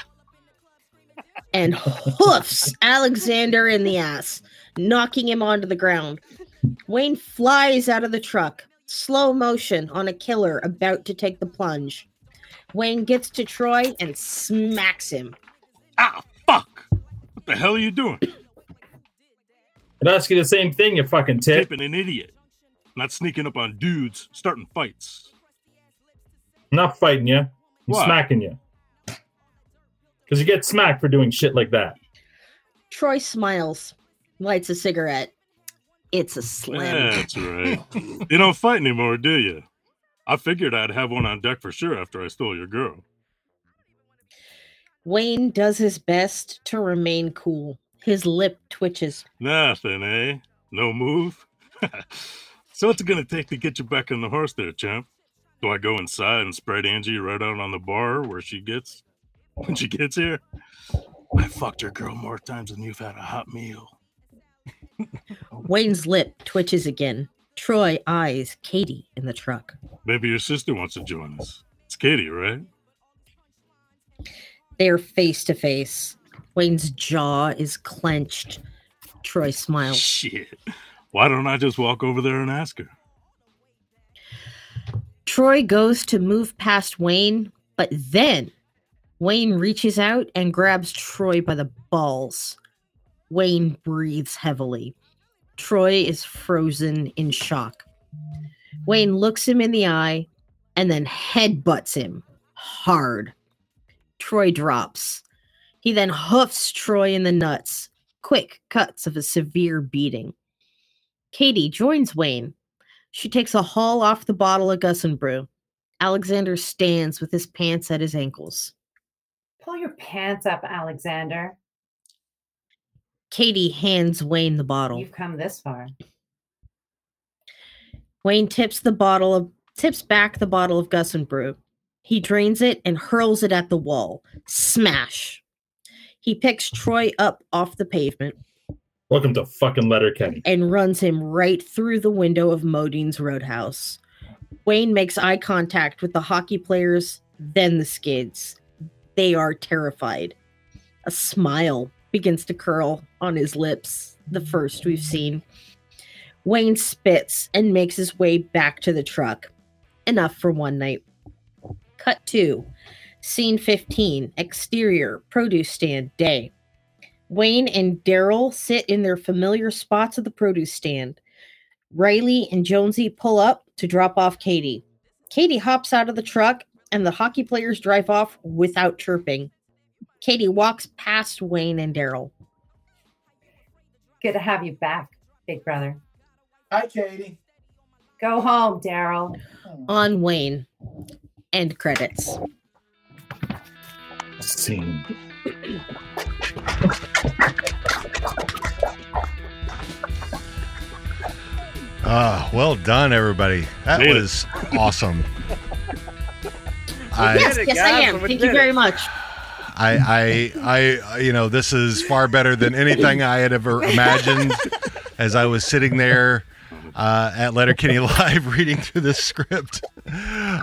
and hoofs Alexander in the ass, knocking him onto the ground. Wayne flies out of the truck, slow motion on a killer about to take the plunge. Wayne gets to Troy and smacks him. Ah, fuck! What the hell are you doing? I'd ask you the same thing, you fucking tip. Tipping an idiot. Not sneaking up on dudes, starting fights. I'm not fighting you. I'm Why? smacking you. Because you get smacked for doing shit like that. Troy smiles, lights a cigarette. It's a slim. That's right. you don't fight anymore, do you? I figured I'd have one on deck for sure after I stole your girl. Wayne does his best to remain cool. His lip twitches. Nothing, eh? No move? (laughs) so what's it gonna take to get you back on the horse there, champ? Do I go inside and spread Angie right out on the bar where she gets (laughs) when she gets here? I fucked your girl more times than you've had a hot meal. Wayne's lip twitches again. Troy eyes Katie in the truck. Maybe your sister wants to join us. It's Katie, right? They are face to face. Wayne's jaw is clenched. Troy (laughs) smiles. Shit. Why don't I just walk over there and ask her? Troy goes to move past Wayne, but then Wayne reaches out and grabs Troy by the balls. Wayne breathes heavily. Troy is frozen in shock. Wayne looks him in the eye and then headbutts him hard. Troy drops. He then hoofs Troy in the nuts. Quick cuts of a severe beating. Katie joins Wayne. She takes a haul off the bottle of Gus and Brew. Alexander stands with his pants at his ankles. Pull your pants up, Alexander. Katie hands Wayne the bottle. You've come this far. Wayne tips the bottle of tips back the bottle of Gus and Brew. He drains it and hurls it at the wall. Smash. He picks Troy up off the pavement Welcome to fucking Letterkenny. and runs him right through the window of Modine's Roadhouse. Wayne makes eye contact with the hockey players, then the skids. They are terrified. A smile begins to curl on his lips, the first we've seen. Wayne spits and makes his way back to the truck. Enough for one night. Cut 2. Scene 15. Exterior. Produce stand. Day. Wayne and Daryl sit in their familiar spots at the produce stand. Riley and Jonesy pull up to drop off Katie. Katie hops out of the truck, and the hockey players drive off without chirping. Katie walks past Wayne and Daryl. Good to have you back, big brother. Hi, Katie. Go home, Daryl. On Wayne. End credits. Scene. Ah, well done, everybody. That Made it. was awesome. I, yes, yes, I am. Thank you very much. I, I, I, you know, this is far better than anything I had ever imagined. As I was sitting there uh, at Letterkenny (laughs) Live reading through this script, uh,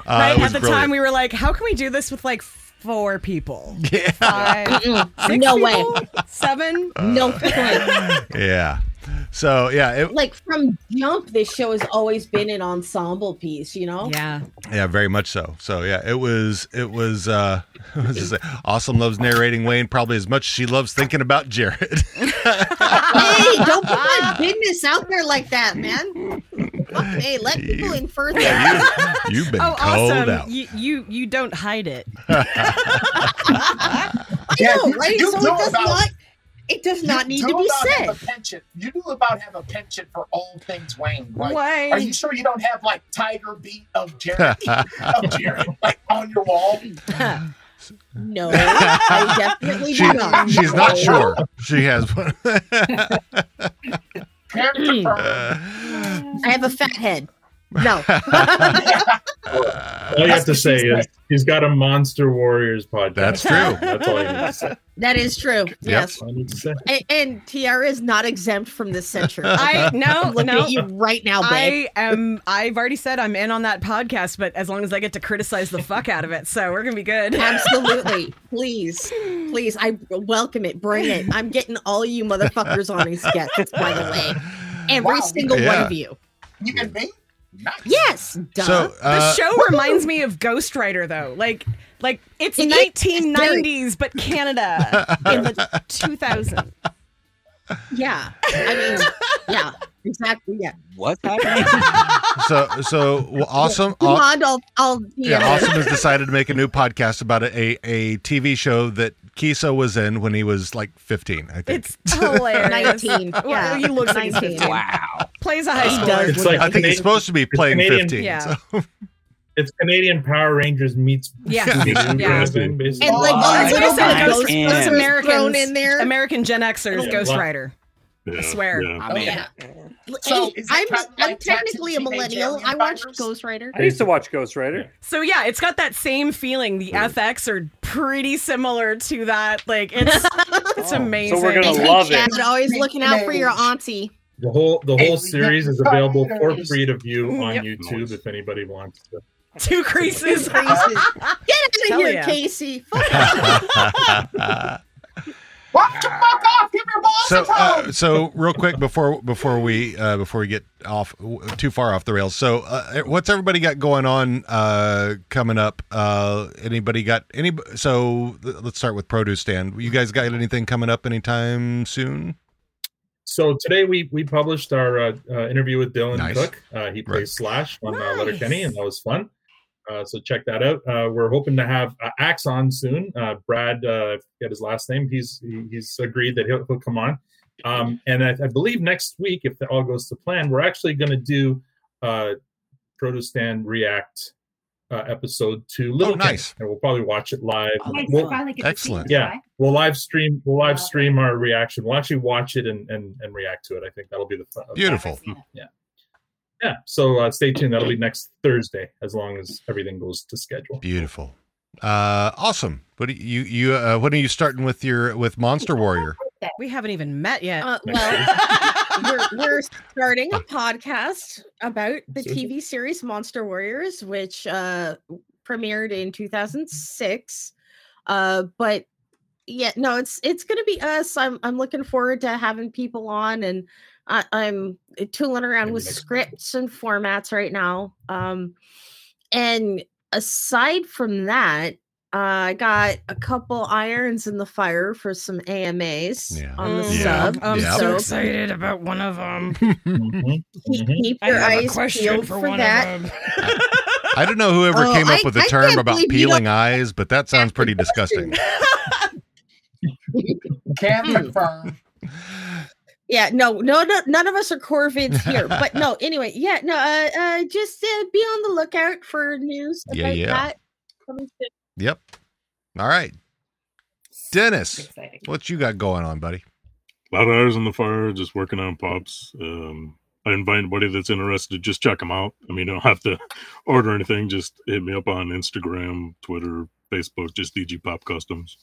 right it at was the time, brilliant. we were like, how can we do this with like four people? (laughs) Yeah. Five, Mm-mm. six no people? (laughs) way. Seven? No point. (laughs) yeah. So yeah, it, like from jump, this show has always been an ensemble piece. You know. Yeah. Yeah, very much so. So yeah, it was it was uh (laughs) what was it? awesome loves narrating Wayne probably as much as she loves thinking about Jared. (laughs) hey, don't put my business out there like that, man. Hey, let (laughs) people infer that. you, have been (laughs) Oh, called awesome. out. You, you you don't hide it. Yeah, I know, you- right? you So it know does about- not. It does You not need do to be about said. Have a penchant. You do about have a penchant for all things Wayne. Like, Wayne. Are you sure you don't have like Tiger Beat of (laughs) Jared, of Oh, Jared like on your (laughs) wall? No, I definitely She, do not. she's not No. sure. She has one. Jared confirmed. I have a fat head. No. Uh, All you have to say is he's got a Monster Warriors (laughs) podcast. That's true. (laughs) That's all you need to say. that is true. Yes. That's all I need to say. A- And, Tiara is not exempt from this censure. I no Look no. at you right now, babe. I am. I've already said I'm in on that podcast, but as long as I get to criticize the fuck out of it, so we're gonna be good. (laughs) Absolutely. Please. Please. I welcome it. Bring it. I'm getting all you motherfuckers on these guests, by the way. Every Wow. single one Yeah. of you. You and me? Nice. Yes. Duh. so the uh, show reminds me of Ghost Rider, though. Like, like it's It is 1990s, but (laughs) Canada in the (laughs) 2000s. yeah. I mean, yeah. Exactly. Yeah. What's happening? (laughs) so so well, awesome. aw- Blonde, I'll, I'll, yeah, yeah. awesome (laughs) has decided to make a new podcast about a, a, a TV show that Kiso was in when he was like 15, I think. It's hilarious. 19. Well, Yeah. he looks like he's 19. 15. wow. Plays a high schooler. It's like I think he's Canadian- supposed to be playing Canadian. 15. Yeah. so- It's Canadian Power Rangers meets (laughs) Yeah. meets Yeah. Brazilian baseball. And like I a was little gonna bit say, of Ghost- Ghostbusters Ghost thrown Americans. in there. American Gen Xers, Yeah. Ghost Wow. Rider. Yeah, I swear. Oh, yeah. I'm in. Yeah. So, Hey, is it I'm, kind of I'm like technically a Teenage millennial. Alien I watched Fighters? Ghost Rider. I used to watch Ghost Rider. So yeah, it's got that same feeling. The FX are pretty similar to that. Like (laughs) it's it's amazing. Oh. So we're gonna Hey, love it. Chad, always looking out for your auntie. The whole the whole series is available for Fighters. free to view on Yep. YouTube if anybody wants. To. (laughs) Two (laughs) creases. Get out Hell of here, yeah. Casey. (laughs) Why don't you fuck off? Give your boss so a home. uh, so real quick before before we uh, before we get off w- too far off the rails. So uh, what's everybody got going on uh, coming up? Uh, anybody got any? So th- let's start with produce stand. You guys got anything coming up anytime soon? So today we we published our uh, uh, interview with Dylan Cook. Uh, he plays Slash on uh, Letterkenny, and that was fun. Uh, so check that out. Uh, we're hoping to have uh, Axe on soon. Uh, Brad, uh, I forget his last name. He's he, he's agreed that he'll, he'll come on. Um, and I, I believe next week, if all goes to plan, we're actually going to do uh, Protostan React uh, episode to Little nice. and we'll probably watch it live. Oh, nice. We'll- Finally get to see Excellent. it Yeah, live. we'll live stream. We'll live stream our reaction. We'll actually watch it and and, and react to it. I think that'll be the fun. Beautiful. Yeah. Yeah. So uh, stay tuned. That'll be next Thursday, as long as everything goes to schedule. Beautiful. Uh, awesome. What do you you uh, when are you starting with your with Monster Warrior? We haven't even met yet. Uh, well, we're, we're starting a podcast about the TV series Monster Warriors, which uh, premiered in 2006. Uh, but yeah, no, it's it's going to be us. I'm I'm looking forward to having people on, and I, I'm tooling around with scripts and formats right now. Um, and aside from that, uh, I got a couple irons in the fire for some AMAs on the sub. Um, I'm so excited about one (laughs) of them. Mm-hmm, Keep, keep I your have a eyes question peeled for for, one of that. (laughs) I don't know whoever Oh, came I- up with the I term can't about believe you peeling don't- eyes, but that sounds pretty disgusting. Can Hmm. confirm. Yeah, no, no, no, none of us are Corvids (laughs) here. But no, anyway, yeah, no, uh, uh just uh, be on the lookout for news about Yeah, yeah. that. coming soon. Yep. All right. Dennis, exciting. what you got going on, buddy? A lot of hours in the fire, just working on pops. Um, I invite anybody that's interested, just check them out. I mean, you don't have to (laughs) order anything. Just hit me up on Instagram, Twitter, Facebook, just DG Pop Customs.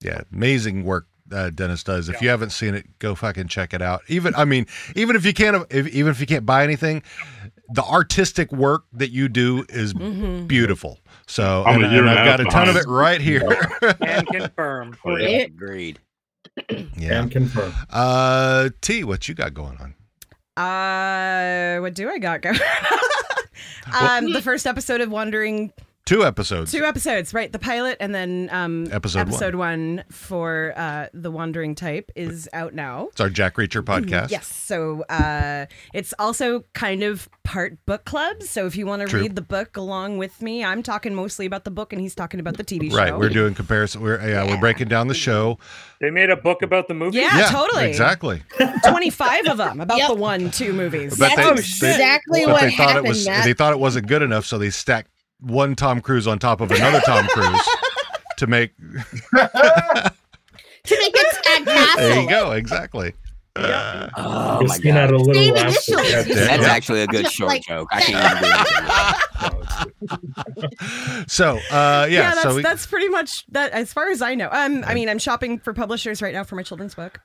Yeah, amazing work uh, Dennis does. If you haven't seen it, go fucking check it out. Even I mean, even if you can't, if, even if you can't buy anything, the artistic work that you do is Mhm. beautiful. So I'm a and, year and and a I've half got a ton of it behind. right here. (laughs) Can confirm. Agreed. Yeah, and confirm. Uh, T, what you got going on? (laughs) Uh, what do I got (laughs) going? um, the first episode of Wandering, Two episodes. two episodes, right? The pilot and then um, Episode one. one. for uh, the Wandering Type is out now. It's our Jack Reacher podcast. Mm-hmm. Yes. So uh, it's also kind of part book club. So if you want to True. read the book along with me, I'm talking mostly about the book and he's talking about the TV show. Right, we're doing comparison. We're yeah, we're breaking down the show. They made a book about the movie. Yeah, totally. exactly. 25 of them about the one, two movies. But they, they- exactly but what they thought happened, It was, Matt. They thought it wasn't good enough, so they stacked one Tom Cruise on top of another Tom Cruise to make. To make (laughs) it Stag Castle. There you go. Exactly. Oh Christine had a little Same laugh. initials. at you that. That's know? actually a good Just short like joke. I that. can't even do it. So uh, yeah, that's, so we, that's pretty much that as far as I know. Um, I mean, I'm shopping for publishers right now for my children's book.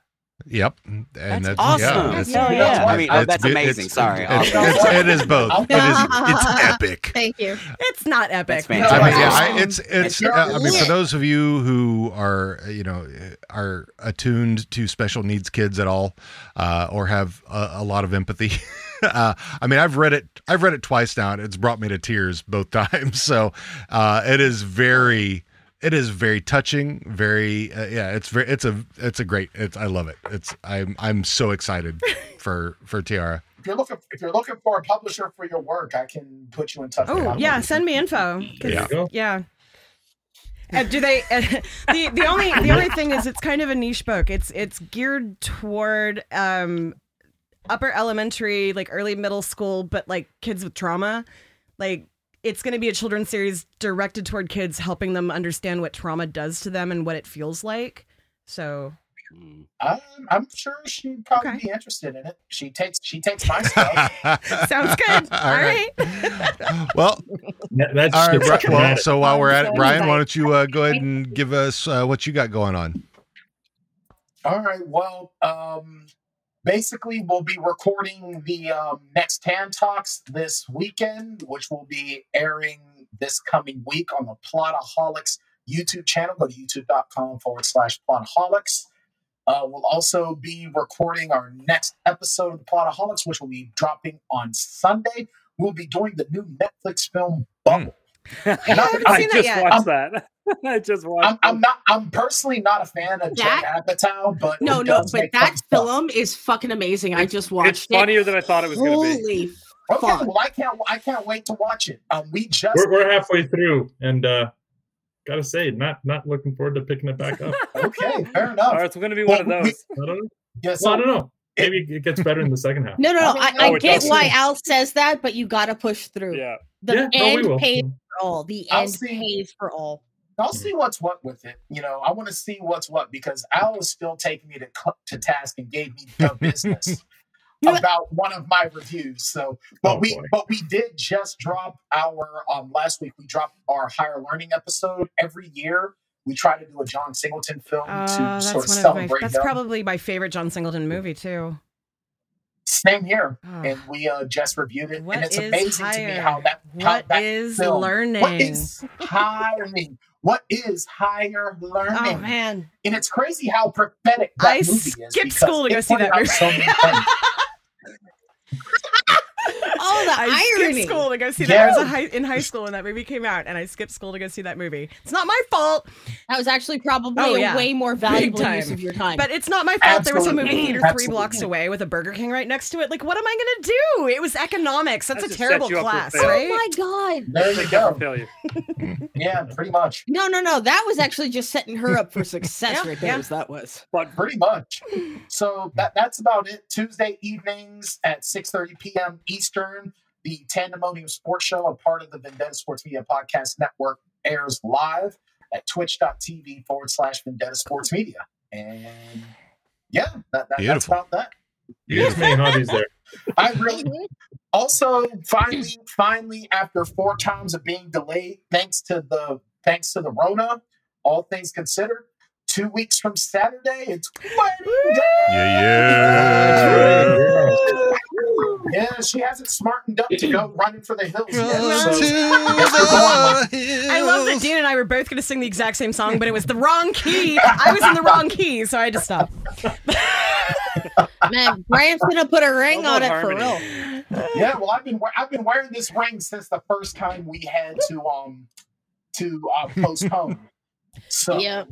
yep, and that's, awesome. Yeah, Hell yeah. I mean, oh, that's be- amazing. Sorry. it's, Awesome. it's, it is (laughs) both. It is, it's epic. Thank you. It's not epic. That's I fantastic. mean, yeah, I, it's it's. It's Uh, I mean, for lit. those of you who are uh, you know uh, are attuned to special needs kids at all, uh, or have a, a lot of empathy, (laughs) uh, I mean, I've read it. I've read it twice now, and it's brought me to tears both (laughs) times. So uh, it is very. It is very touching. Very, uh, yeah. It's very. It's a. It's a great. It's. I love it. It's. I'm. I'm so excited for for Tiara. If you're looking, if you're looking for a publisher for your work, I can put you in touch. with Oh one. yeah, send me info. 'cause- There you go. Yeah. Uh, do they? (laughs) Uh, the the only the only thing is it's kind of a niche book. It's it's geared toward um upper elementary, like early middle school, but like kids with trauma. Like it's going to be a children's series directed toward kids, helping them understand what trauma does to them and what it feels like. So I'm, Um, I'm sure she'd probably Okay. be interested in it. She takes, she takes my stuff. (laughs) sounds good. All right. Well, Yeah, that's All right, Bri- that's well, dramatic. so while we're at it, Sorry, Brian, why Mike. don't you uh, go ahead and give us uh, what you got going on? All right. Well, um, basically, we'll be recording the um, next Tam Talks this weekend, which will be airing this coming week on the Plotaholics YouTube channel. Go to youtube.com forward slash Plotaholics. Uh, we'll also be recording our next episode of the Plotaholics, which will be dropping on Sunday. We'll be doing the new Netflix film Bubble. haven't seen that yet. watched that. (laughs) I just watched. I'm, I'm not. I'm personally not a fan of That- Judd Apatow, but No, it no, does but make that fun stuff. film is fucking amazing. I just watched It's funnier it. than I thought it was going to be. Holy Okay, fuck. well, I can't. I can't wait to watch it. Um, we just We're, we're halfway through, and uh, gotta say, not not looking forward to picking it back (laughs) up. okay, fair enough. All right, it's going to be one of Well, we- those. I don't know. Yeah, Well, I so- don't know. Maybe it gets better in the second half. No, no, Oh, no. I, mean, I no, it get doesn't. why Al says that, but you gotta push through. Yeah. The Yeah, no, we end will. pays for all. The I'll end see. pays for all. I'll see what's what with it. You know, I want to see what's what because Al was still taking me to cu- to task and gave me the (laughs) business about one of my reviews. So, but Oh, we boy. but we did just drop our um last week. We dropped our higher learning episode every year. We try to do a John Singleton film Uh, to that's sort of one of my. celebrate. That's them. probably my favorite John Singleton movie too. Same here, Ah. and we uh, just reviewed it, What and it's is amazing to me higher? how that how What that is film- What learning? is hiring? what is higher learning? Oh man, And it's crazy how prophetic that I movie is. skipped because school to go it see that pointed out so many things. Oh, the I irony. skipped school to go see that. I was Yeah. a high, in high school when that movie came out, and I skipped school to go see that movie. It's not my fault, That was actually probably Oh, yeah. a way more valuable use time. of your time. but it's not my fault. There was a movie Absolutely. theater three Absolutely. blocks away with a Burger King right next to it. Like, what am I going to do? It was economics. That's, That a just set terrible you up for class, fail. oh right? my god. There you Except for go. failure. Yeah, pretty much. No, no, no. That was actually just setting her up for success Yeah, right there. yeah. is That was. Pretty (laughs) much. So that, that's about it. Tuesday evenings at 6.30 p.m. Eastern, the Tandemonium Sports Show, a part of the Vendetta Sports Media Podcast Network, airs live at twitch.tv forward slash Vendetta Sports Media. And yeah, that, that, that's Beautiful. about that. You guys main hobbies there. (laughs) I really Also, finally, finally, after four times of being delayed, thanks to the thanks to the Rona, all things considered, two weeks from Saturday, it's wedding day. Yeah, Yeah, she hasn't smartened up to go running for the hills yeah. yet. (laughs) (laughs) So, I love that Dean and I were both going to sing the exact same song, but it was the wrong key. I was in the wrong key, so I had to stop. Man, Graham's gonna put a ring Love on it for harmony. real. (laughs) yeah, well, I've been we- I've been wearing this ring since the first time we had to um to uh, postpone. So Yeah.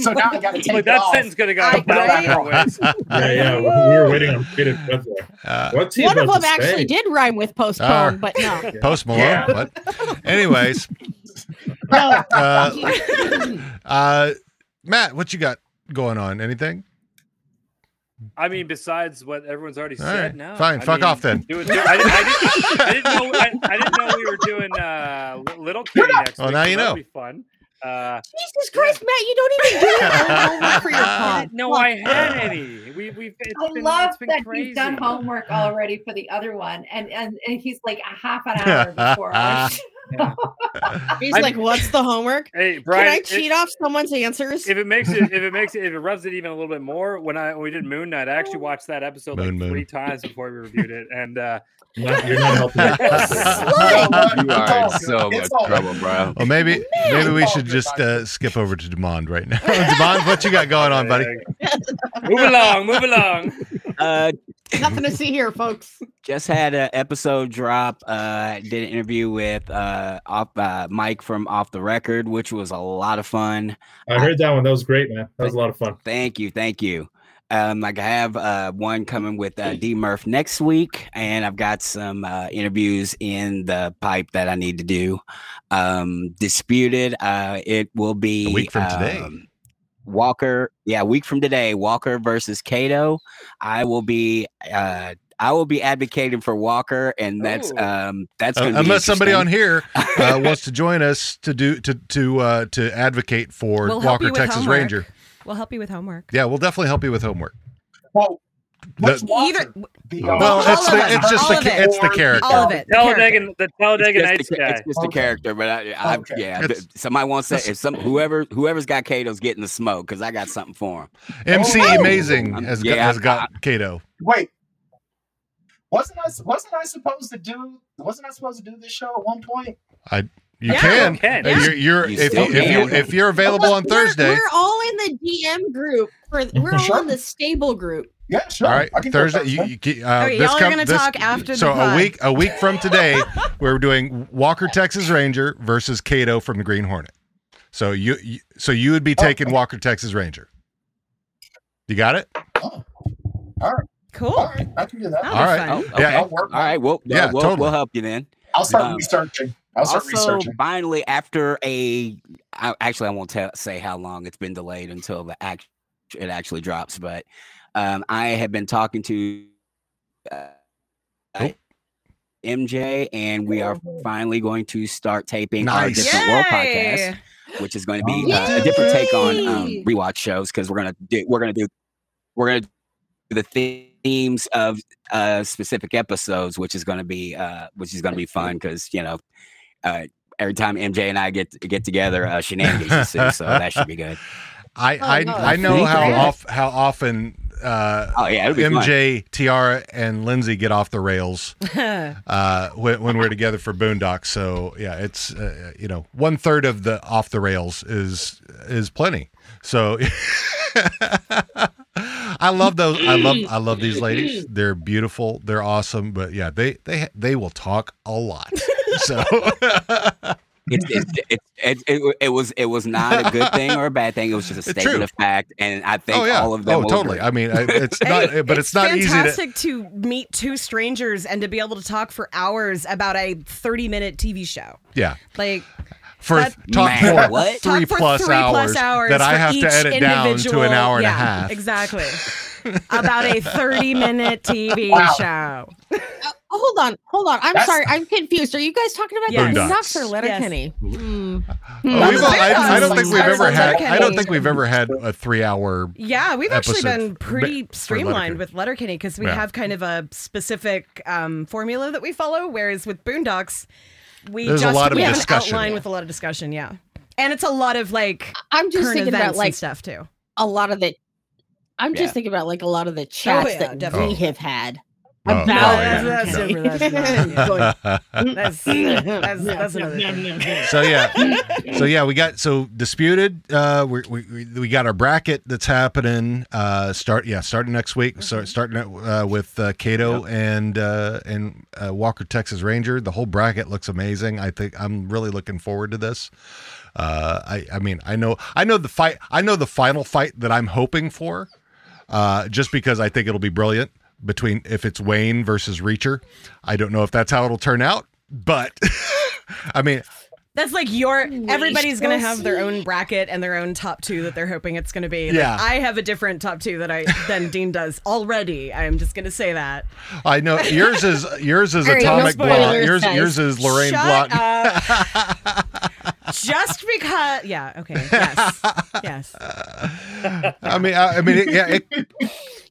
so now I got to take Like it that off. sentence could have gone a I- thousand ways. (laughs) Yeah, yeah. We were waiting on creative breath. Uh, What's he One of about them to say? actually did rhyme with postpone, Ah. but no. (laughs) Post Malone. Yeah. (laughs) What? Anyways, (laughs) No. uh, uh, Matt, what you got going on? Anything? I mean, besides what everyone's already All said, right, no. fine, I fuck mean, off then. do it- do- I, didn't, I, didn't, I didn't know. I, I didn't know we were doing uh, Li- Little Kitty next. Oh, week, now so you that'll know. Be fun. Uh, Jesus Christ, Matt, you (laughs) don't even do that homework for your I pod. didn't know I had any. We we. It's I been, love it's been that crazy. Uh-huh. he's done homework already for the other one, and and, and he's like a half an (laughs) hour (laughs) before. our show. He's I'm- like, "What's the (laughs) homework? Hey, Brian. Can I it- cheat off someone's answers?" if it makes it if it makes it if it rubs it even a little bit more when i when we did moon knight i actually watched that episode like Moon, moon. three times before we reviewed it and uh Not- you're not (laughs) helping. us. You are in so much It's all good. trouble, bro. Well, maybe maybe we Oh, should good just God. uh, skip over to Demond right now. (laughs) Demond, what you got going on, buddy? move along move along Uh, Nothing to see here, folks. Just had an episode drop. Uh, did an interview with uh, off, uh, Mike from Off the Record, which was a lot of fun. I heard that one. That was great, man. That was a lot of fun. Thank you, thank you. Um, like I have uh, one coming with uh, D Murph next week, and I've got some uh, interviews in the pipe that I need to do. Um, Disputed, uh, it will be A week from today. um, Walker, yeah, a week from today, Walker versus Cato. I will be, uh, I will be advocating for Walker, and that's Ooh. um, that's Uh, gonna be unless somebody interesting. on here (laughs) uh, wants to join us to do to to uh, to advocate for We'll help Walker you with Texas homework. Ranger. We'll help you with homework. Yeah, we'll definitely help you with homework. Well, what's The- Walker? Either The, Well, Well, All it's of the, us. it's just All the of ca- it. it's the character. all of it. the character. Teledagon, the It's Talladega just, Nights a, it's guy. just a Okay. character, but I, I Okay. yeah. It's- th- somebody wants to if some whoever whoever's got Cato's getting the smoke because I got something for him. MC Oh. Amazing Um, has got, yeah, has I- got Kato. Wait, wasn't I wasn't I supposed to do wasn't I supposed to do this show at one point? I You Yeah. can. You can. Uh, You're, you're You if, you, still if you can. if you're available on We're- Thursday. We're, all in the DM group. For, we're all in the stable group. Yeah, sure. All right, I can go Thursday. You, Thursday. you, ke- uh, Okay, this y'all are com- gonna this- talk after the So a pod. week, a week (laughs) from today, we're doing Walker Texas Ranger versus Cato from the Green Hornet. So you, you so you would be Oh. taking Walker Texas Ranger. You got it. All right. Cool. All right. I can do that. All right. Oh, okay. Yeah. All right. Well, Yeah, yeah, we'll, totally. we'll help you then. I'll start Um, researching. I'll start also, researching. (laughs) finally, after a, I, actually, I won't tell, say how long it's been delayed until the act it actually drops. But um, I have been talking to uh, MJ, and we are finally going to start taping our Nice. different world Yay! podcast, which is going to be Oh, uh, a different take on um, rewatch shows because we're gonna do we're gonna do we're gonna do the themes of uh, specific episodes, which is gonna be uh, which is gonna be fun because you know. Uh, Every time MJ and I get get together, uh, shenanigans (laughs) ensue, so that should be good. I I, no, I that's know great. how Great. off, how often uh, Oh, yeah, it'll be MJ, Tiara, and Lindsay get off the rails yeah. uh, when, when we're together for Boondocks. So yeah, it's uh, you know one third of the off the rails is is plenty. So (laughs) I love those. I love I love these ladies. They're beautiful. They're awesome. But yeah, they they they will talk a lot. So It, it, it, it, it, it was it was not a good thing or a bad thing. It was just It's a (laughs) statement true. of fact, and I think all of them. Oh, will totally. agree. I mean, I, (laughs) it's not, but it's, not easy to. fantastic easy to... meet two strangers and to be able to talk for hours about a 30 minute TV show. Yeah. Like For That- talk Man, for what? three, Talk for plus, three hours plus hours that I for have to each edit down to an individual- hour and yeah, a half. Exactly. (laughs) about a 30 minute TV show. Oh, Hold on, hold on. I'm That's- sorry, I'm confused. Are you guys talking about Yes. Boondocks or Yes. Letterkenny? Hmm. Oh, Hmm. we've all- I, I don't think we've ever Sounds had. like I don't a- think we've ever had a three-hour. Yeah, we've actually episode been for- pretty for streamlined Letterkenny. with Letterkenny because we Yeah. have kind of a specific um, formula that we follow, whereas with Boondocks, we There's a just lot of we have discussion. an outline with a lot of discussion. Yeah, and it's a lot of like I'm just current thinking about, events and like, stuff too. A lot of the I'm Yeah. just thinking about like a lot of the chats Oh, yeah, that definitely. we have had Oh, about yeah. That's- that's different, that's Going, (laughs) That's that's, that's another thing. So yeah, so yeah, we got so disputed. Uh, we we we- we got our bracket that's happening. Uh, start yeah, starting next week. Start starting it, uh, with uh, Cato and uh, and uh, Walker Texas Ranger. The whole bracket looks amazing. I think I'm really looking forward to this. Uh, I I mean I know I know the fight I know the final fight that I'm hoping for, uh, just because I think it'll be brilliant between if it's Wayne versus Reacher. I don't know if that's how it'll turn out, but (laughs) I mean That's like your everybody's gonna shall have their own bracket and their own top two that they're hoping it's gonna be. Like, Yeah. I have a different top two that I than Dean does already. I'm just gonna say that. I know yours is yours is All right, no atomic spoilers, blonde. Yours guys. yours is Lorraine Shut Block. (laughs) Just because, yeah, okay, yes, yes. I mean, I, I mean, it, (laughs) yeah, it,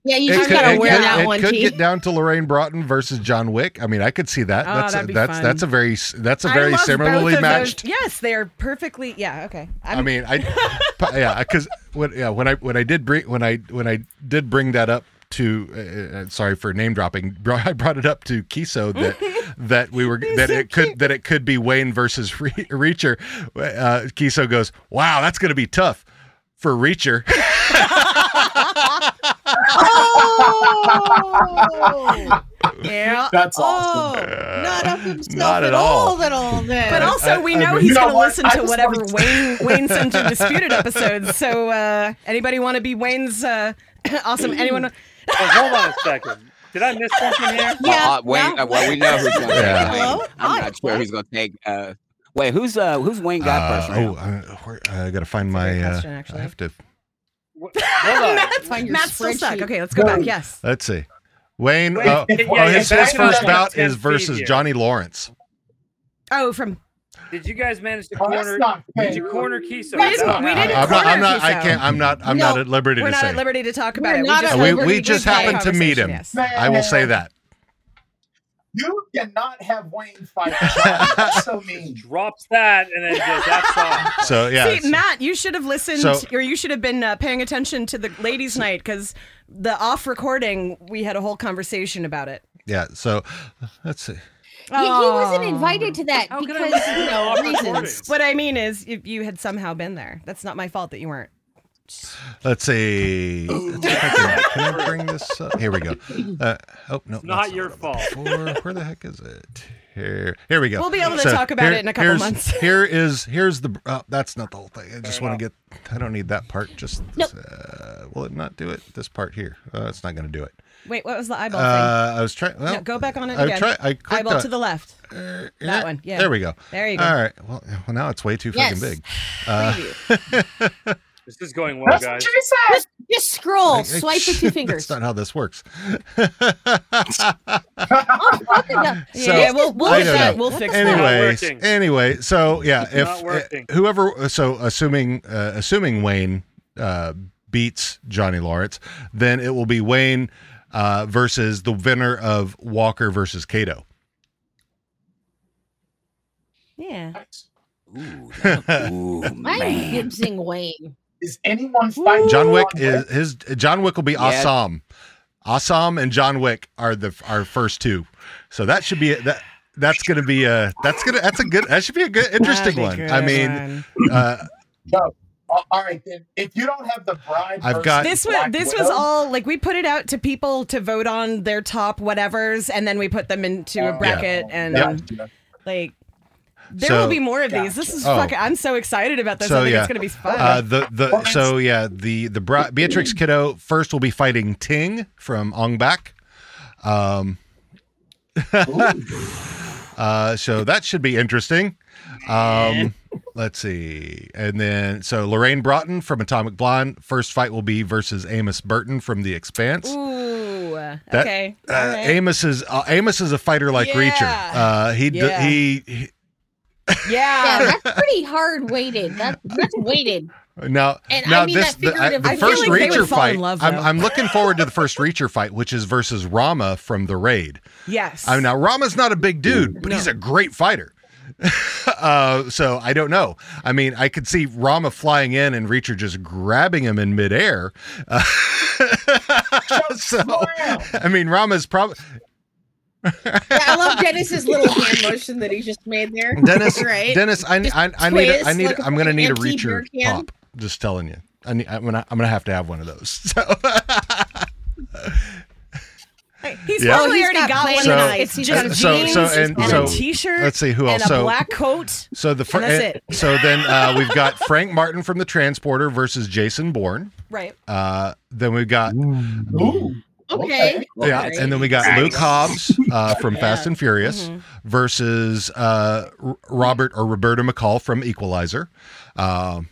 yeah, you it just could, gotta it wear could- that it one. could T. get down to Lorraine Broughton versus John Wick. I mean, I could see that. Oh, that's a, that'd be that's fun. that's a very s- that's a I very love both similarly of matched. Those. Yes, they are perfectly. Yeah, okay. I mean, (laughs) I pa- yeah, because when yeah when I when I did bring when I when I did bring that up to uh, uh, sorry for name dropping. (laughs) bro- I brought it up to (laughs) Kiso that that we were that it could that it could be Wayne versus Re- Reacher. Uh, Kiso goes, "Wow, that's going to be tough for Reacher." (laughs) Oh! yeah. That's awesome. Not of himself Not at at all. all. at (laughs) all. Then. oh. But also, we know mean- he's You know going to what? listen I to just whatever wanted to- Wayne (laughs) Wayne sent to disputed episodes. So, uh, anybody want to be Wayne's uh, (clears throat) awesome? (clears throat) Anyone? Oh, hold on a second. Did I miss something here? Well, uh, Wayne, uh, well, we know who's (laughs) going to Yeah. take Wayne. Hello? I'm not sure who's going to take. Uh, wait, (laughs) who's uh, who's Wayne got Uh, first? round? oh, uh, where, I got to find my. Uh, question, I have to. Matt's, Find your Matt's still stuck. spreadsheet. (laughs) Okay, let's go back. Yes. Let's see. Wayne. Wait, uh, yeah, oh, yeah, his, back his it up first like bout 10 is feet versus here. Johnny Lawrence. Oh, from Did you guys manage to Oh, that's corner? not fair. Did you corner Kiso? We didn't- we didn't I'm not. I'm not. I Kiso. can't. I'm not. I'm No, not at liberty we're to not say. at liberty to talk about We're it. not Uh, at we, liberty we to just say. happened to meet him. Conversation, yes. I will say that. You cannot have Wayne fight. (laughs) John. That's so mean. Drops that and then just that's (laughs) all. (laughs) So yeah. See, Matt, you should have listened, So- or you should have been uh, paying attention to the ladies' night because the off recording we had a whole conversation about it. Yeah. So let's see. Yeah, Oh. he wasn't Oh. invited to that because you know (laughs) reasons. What I mean is, if you had somehow been there, that's not my fault that you weren't. Let's see. Let's see if I can, can I bring this up? Here we go. Uh, oh, no. Not your fault. Where, where the heck is it? Here, here we go. We'll be able to talk about it in a couple here's- months. (laughs) Here is, here's the. Uh, that's not the whole thing. I just want to get. I don't need that part. Just this, uh, will it not do it? This part here. Uh, it's not going to do it. Wait, what was the eyeball Uh, I was trying. thing? Well, no, go back on it I again. try- I clicked eyeball on- Uh, to the left. that one. Yeah. There we go. There you go. All right. Well, well now it's way too Yes. fucking (laughs) big. Uh, (laughs) This is going well, guys. Just, just scroll, I- I- swipe with two fingers. (laughs) That's not how this works. So, yeah, we'll, we'll I get don't that. know. We'll fix Anyways, that. Anyway, so yeah, It's not if uh, working. whoever, so assuming uh, assuming Wayne uh, beats Johnny Lawrence, then it will be Wayne uh, versus the winner of Walker versus (laughs) Cato. Yeah. Ooh, I'm Gibsing Wayne. Is anyone fighting? John Wick is his. John Wick will be Yeah. Assam. Assam and John Wick are the our first two, so that should be that. That's gonna be a. That's gonna. That's a good. That should be a good, interesting be one. good I mean, one. uh, All right, then. If you don't have the bride, I've (laughs) got- versus This was Black this was Widow, all like we put it out to people to vote on their top whatever's, and then we put them into a Yeah. bracket and Yep. um, like. There So- will be more of these. This is Oh. fucking. I'm so excited about this. I so think yeah, it's gonna be fun. Uh, the the so yeah the the bra- Beatrix Kiddo first will be fighting Ting from Ong Bak. Um, (laughs) uh, so that should be interesting. Um, let's see, and then so Lorraine Broughton from Atomic Blonde first fight will be versus Amos Burton from The Expanse. Ooh. That- okay. Uh, Amos is uh, Amos is a fighter like Reacher. Uh, he, d Yeah. he he Yeah. yeah, that's pretty hard weighted. That, that's weighted. now And I now mean this that the, I, figurative- the I feel first like they would Reacher fall in fight. love, I'm, though. I'm looking forward to the first Reacher fight, which is versus Rama from the Raid. Yes. I mean, now Rama's not a big dude, but he's a great fighter. (laughs) uh, so I don't know. I mean, I could see Rama flying in and Reacher just grabbing him in midair. (laughs) Uh, so I mean, Rama's probably Yeah, I love Dennis's little hand motion that he just made there. (laughs) (laughs) Dennis. right? Dennis, I, Just I, I need, a, twist I need, like a, I'm gonna need a empty beer Reacher can. pop. Just telling you, I need, I, am gonna have to have one of those. (laughs) So He's Yeah. probably Oh, he's already got got, plain one so- tonight. He's so- got jeans so- so- and and, so- a t-shirt. let's see, who else? And a So- black coat. So the fir- eh, And that's it. so then uh, we've got Frank Martin from the Transporter versus Jason Bourne. Right. Uh, then we've got Okay. yeah, and then we got Luke Hobbs uh, from Fast and Furious versus uh, R- Robert or Roberta McCall from Equalizer. Um,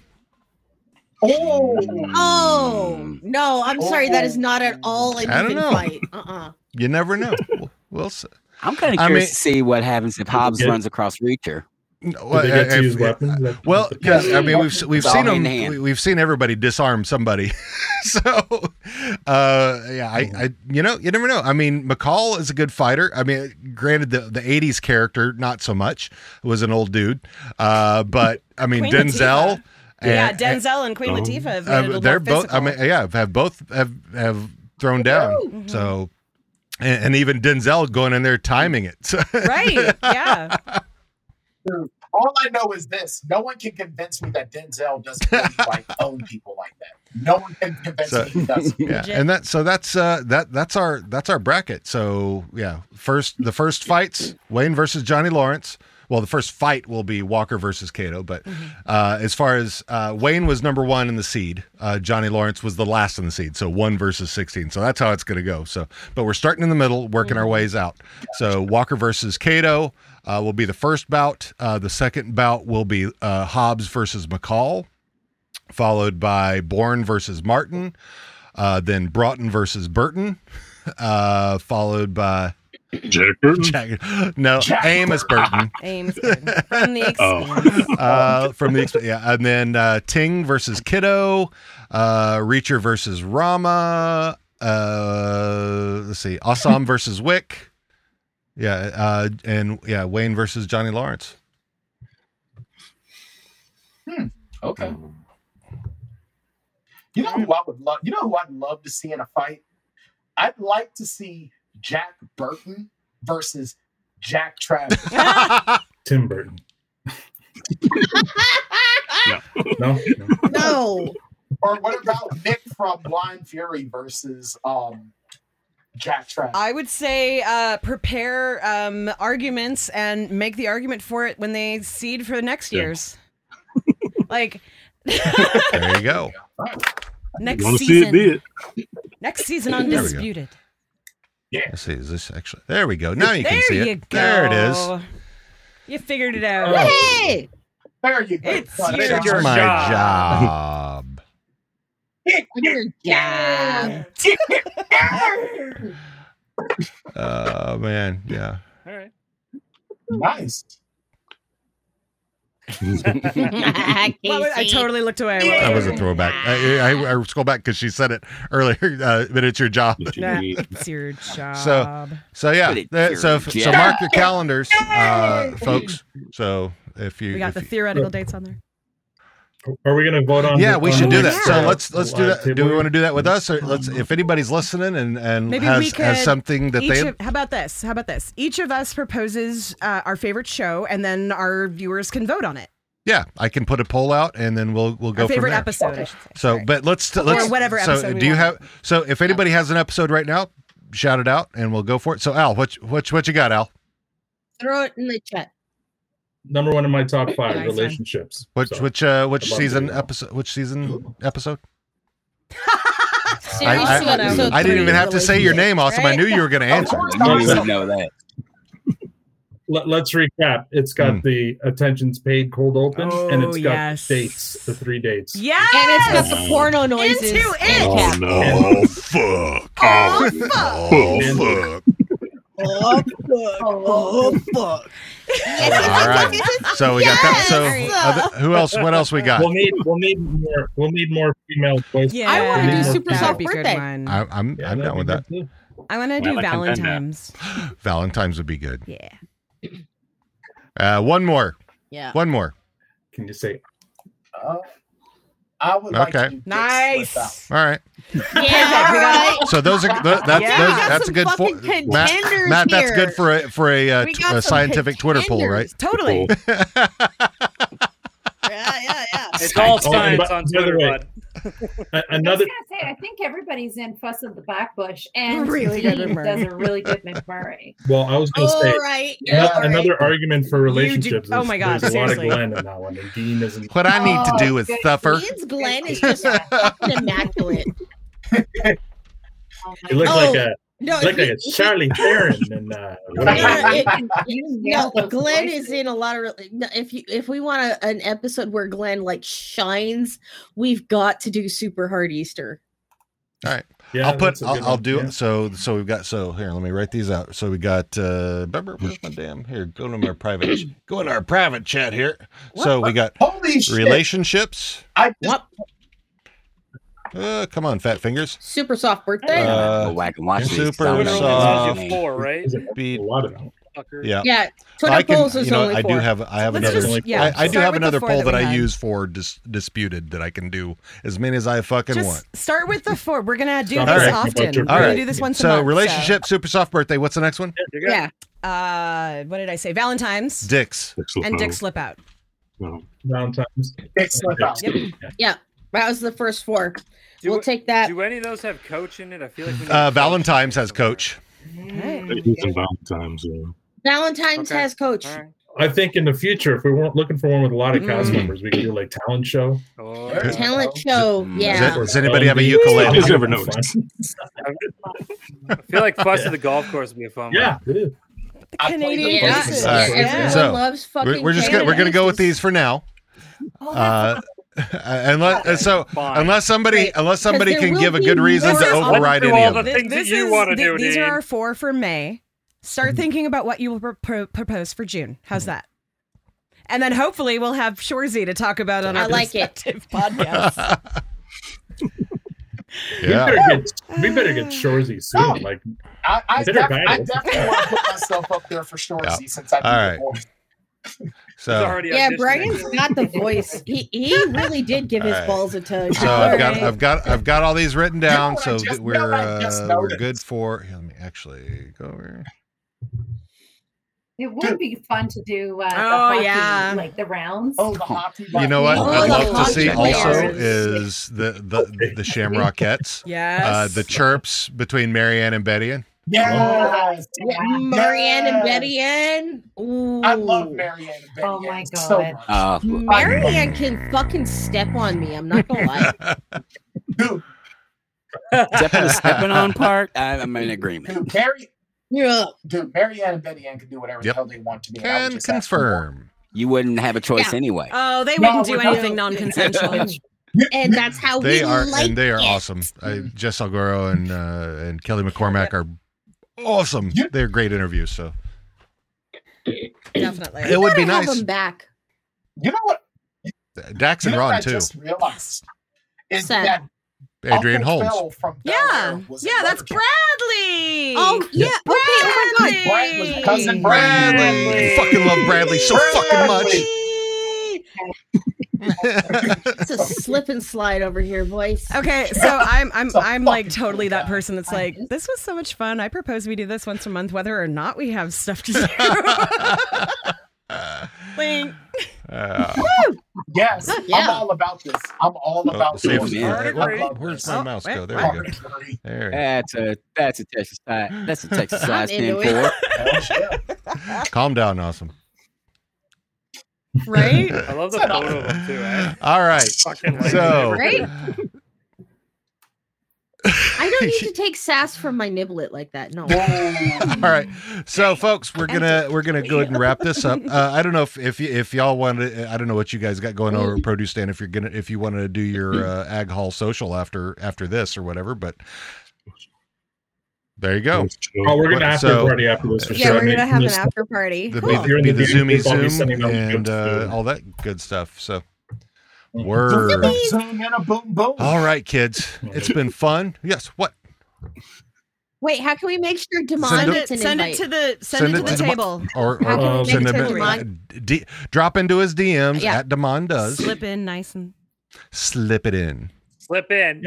Oh. Oh. no! I'm sorry. That is not at all an I don't even know. fight. Uh-uh. you never know. We'll- We'll see. I'm kind of I curious mean- to see what happens if Hobbs Yeah. runs across Reacher. Well, they get to uh, use if- Well, 'cause, I mean, we've we've It's all seen hand them. to hand. we- We've seen everybody disarm somebody. (laughs) so, uh, yeah, I, I, you know, you never know. I mean, McCall is a good fighter. I mean, granted, the the '80s character not so much was an old dude, uh, but I mean, Queen Denzel. Latifah. yeah, Denzel and Queen Oh. Latifah have made it a uh, little they're more both. I mean, yeah, have both have have thrown down. Woo! So, and, and even Denzel going in there timing it. (laughs) So, Right. Yeah. all I know is this: no one can convince me that (laughs) Denzel doesn't really like own people like that. No one can convince so me (laughs) he doesn't. yeah and that so that's uh that that's our that's our bracket so yeah first the first fights wayne versus johnny lawrence well the first fight will be walker versus cato but uh as far as uh wayne was number one in the seed uh johnny lawrence was the last in the seed so one versus 16 so that's how it's gonna go so but we're starting in the middle working our ways out so walker versus cato uh, will be the first bout. Uh, the second bout will be uh, Hobbs versus McCall followed by Bourne versus Martin, uh, then Broughton versus Burton, uh, followed by Jack Burton. no, Jack Oh, Amos Burton. Ames from (laughs) the Oh. uh, from the exp- yeah, and then uh, Ting versus Kiddo, uh, Reacher versus Rama. Uh, let's see, (laughs) Assam versus Wick. Yeah, uh, and yeah, Wayne versus Johnny Lawrence. Okay. Um, You know who I would love? You know who I'd love to see in a fight? I'd like to see Jack Burton versus Jack Travis. Tim Burton. no. no, (laughs) no. Or what about Nick from Blind Fury versus um Jack (laughs) Travis? (laughs) I would say uh, prepare um, arguments and make the argument for it when they seed for the (laughs) next year's. like There you (laughs) go. next Wanna season. see it, be Next season There we go. undisputed. Let's see, is this actually? There we go. Now you can There see it. you There it go. is. You figured it out. Oh. Hey! There you go. It's Well, your, Your my job. job. (laughs) Yeah. Oh man, yeah. All right. (laughs) nice. Well, I- I totally looked away. That was a throwback. I, I, I scroll back because she said it earlier. Uh, but it's your job. Nah, (laughs) it's your job. E. So, so yeah. But that- it's so, your f- so job. mark your calendars, uh, folks. So if you, we got if the you- theoretical dates on there. Are we going to vote on? yeah, we on should do the- that. So uh, let's let's do live that. Do table we here? want to do that with us, or let's if anybody's listening and and Maybe we Mm, has, could has something that each they of- how about this? How about this? Each of us proposes uh, our favorite show, and then our viewers can vote on it. yeah, I can put a poll out and then we'll we'll go our favorite from there. episode. I should say. So, but let's let's whatever So, episode we do you want. have? So, if anybody has an episode right now, shout it out, and we'll go for it. So, Al, what what what you got, Al? Throw it in the chat. Number one in my top five Nice one. relationships. Which So, which uh which I'd love to season do that. episode? Which season episode? (laughs) Seriously, I, I- episode I didn't even three, have to say your name, awesome. I right? knew you were going (laughs) to answer. know that. Let, us recap. It's Hmm. got the attentions paid cold open, and it's Oh, got yes. dates, the three dates. Yeah, And it's got the porno noises. Into it. Oh no! fuck! Oh, fuck! Oh, fuck. (laughs) Oh, fuck. All right. So we got that. So other, who else? What else we got? We'll need we'll need more we'll need more female voices. Yeah, I wanna We'll need do more Super female- Soft That'd be a good Birthday. one. I, I'm I'm down with that. I want to do Well, I can do that. Valentine's. (gasps) Valentine's would be good. Yeah. Uh, one more. Yeah. One more. Can you say? Uh, I would like Okay. to do dicks Nice. without- All right. (laughs) So those are th- that's Yeah. those, We got that's a some good for, fucking Matt, contenders Matt, that's here. good for a for a, uh, We t- got a some scientific Twitter poll, right? Totally. (laughs) It's Oh, all and science by- by on the Twitter, way, bud. a- Another I was gonna say, I think everybody's in fuss of the back bush, and really Really good McMurray. does a really good McMurray. well, I was going to say Alright, ano- alright. another argument for do- relationships. oh my God, there's a lot of seriously. Glenn in that one, and Dean isn't. What I Oh, need to do is suffer. Ian's Oh. Glenn is just fucking (laughs) immaculate. It looked Oh, like a no, looked like he- a (laughs) Charlie Theron and uh, No, no, it- You no, nailed those Glenn voices. is in a lot of. re- no, If you if we want a, an episode where Glenn like shines, we've got to do super hard Easter. All right. Yeah, I'll put. that's a good I'll, I'll one, do. yeah. So so we've got. So here, let me write these out. So we got. uh remember, Where's my damn? Here, go to our private. ch- go in our private chat here. So we got Holy shit. relationships. I just, Uh, come on, fat fingers. Super soft birthday. Uh, watch these. super Tell me Twitter only allows you soft. four, right? Beat. Fucker. Yeah. Yeah, Twitter I can, polls is you know, only I do four. have I have Let's another just- yeah, I, I do start have with the another four poll that that, we I had. use for dis- disputed that I can do as many as I fucking Just want. start with the four. We're gonna do All this right. often. We're All gonna right. do this once so a month. relationship, super soft birthday. What's the next one? Yeah. Uh, what did I say? Valentine's Dicks. and Dick slip out. Valentine's. Yeah, that was the first four. we'll take that. Do any of those have coach in it? I feel like we need Uh, Valentine's has coach. Valentine's. Yeah. Valentine's Okay. has coach. I think in the future, if we weren't looking for one with a lot of cast Mm. members, we could do like talent show. Oh. Talent show. Does, Yeah. does anybody have a ukulele? Who's ever noticed? I feel like fuss at the golf course would be a fun Yeah, one. Canadian Yeah. All right. Everyone So loves we're, fucking. we're just gonna, we're gonna go with these for now. Uh, (laughs) unless uh, so unless somebody unless somebody there can will give a be good reason to more on- override any of them. things that you is- wanna th- do, These Dean. are our four for May. Mm-hmm. Start thinking about what you will pro- pro- propose for June. How's that? And then hopefully we'll have Shorzy to talk about on our I like it. (laughs) perspective (laughs) podcast. We Yeah. better get, we (sighs) better get Shorzy soon. Like, I, I, Consider def- I guidance. definitely want to put myself up there for Shorzy Yeah. since I've All right. divorced. So (laughs) Yeah, Brian's got the voice. He he really did give his All right. balls a tug. So I've got I've got I've got all these written down. what I So just that we're realized? Just uh, we're noticed. good for. Here, let me actually go over. It would be fun to do. Uh, the Oh, hockey, yeah. like the rounds. Oh, the hockey. You know what? Oh, I'd the love to see hockey also players. is the the the Shamrockettes. Yes. Uh, the chirps between Marianne and Betty. Ann. Yes. Marianne and Yes. Betty Ann. I love Marianne and Betty. Oh my Ann (laughs) so god. much. Uh, (laughs) Marianne can fucking step on me. I'm not gonna lie. Except (laughs) for the stepping on part, I, I'm in agreement. Dude, Mary, yeah. dude, Marianne and Betty Ann can do whatever the Yep. hell they want to do. and I would Can just ask confirm. You wouldn't have a choice Yeah. Uh, anyway. Oh, they No, wouldn't do we're not. anything non-consensual. Um, and that's Oh, how They we are like and they are it. awesome. I, Jess Algoro and uh, and Kelly McCormack are awesome. They're great interviews. So Definitely. It would be Gotta have nice. them back. You know what? Dax You and know what I Ron too. just realized is Sad. that Adrian Uncle Holmes. Phil from Bel Yeah, Air was yeah, that's Bradley. Oh yeah. Okay. Oh my god. Bradley. Cousin Bradley. Fucking love Bradley so fucking much. It's a slip and slide over here, boys. (laughs) Okay, so I'm I'm I'm like totally that person that's like, this was so much fun. I propose we do this once a month, whether or not we have stuff to do. Link. Uh, Woo! Yes, I'm all about this. I'm Oh, all about see if- this. yeah, I where- love where's this. my mouse go? Oh, There we go. There. we That's a that's a Texas size. That's a (laughs) Texas I'm size into stand it. for. Oh, (laughs) go. Calm down, awesome. Right? I love the photo of him too. eh? All right. Fucking like So Right? I don't need to take sass from my niblet like that. No. (laughs) All right, so folks, we're gonna we're gonna go ahead and wrap this up. Uh, I don't know if if, y- if y'all want to, I don't know what you guys got going over at Produce Stand. If you're gonna if you want to do Mm-hmm. your uh, Ag Hall social after after this or whatever, but there you go. Oh, we're gonna after party after this for uh, Yeah, sure. we're gonna have an just- after party. The, Cool. be, the, be the You're in the zoomy VIP, I'll be sending zoom out and the uh, food. all that good stuff. So Mm-hmm. word. Zoom in a boom boom. All right, kids, it's been fun. Yes, what? Wait, how can we make sure Demond Send it- gets an send it invite? to the send, it to the Dem- table. or, How or can we send make it him to D- drop into his DMs Yeah. at Demond does. Slip. Slip in nice and it in. Slip in. Slip it in.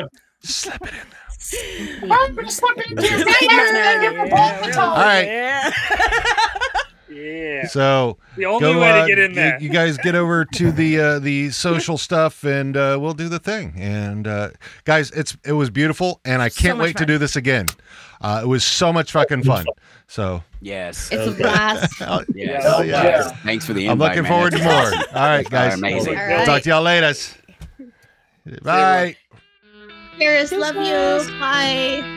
I'm gonna slip into your fingers and give a ball to All right. Yeah. yeah. So The only way to uh, get in you- there. You, guys get over to the (laughs) uh, the social stuff, and uh, we'll do the thing. And uh, guys, it's it was beautiful, and I can't much wait fun. to do this again. Uh, it was so much fucking fun. So Yes. It's a (laughs) blast. Hell- Yes. Oh, hell yeah. Thanks for the I'm invite. looking man. forward to more. That's All awesome. right, guys. Amazing. All right. Talk to y'all later. Bye. Cheers, love you. Bye.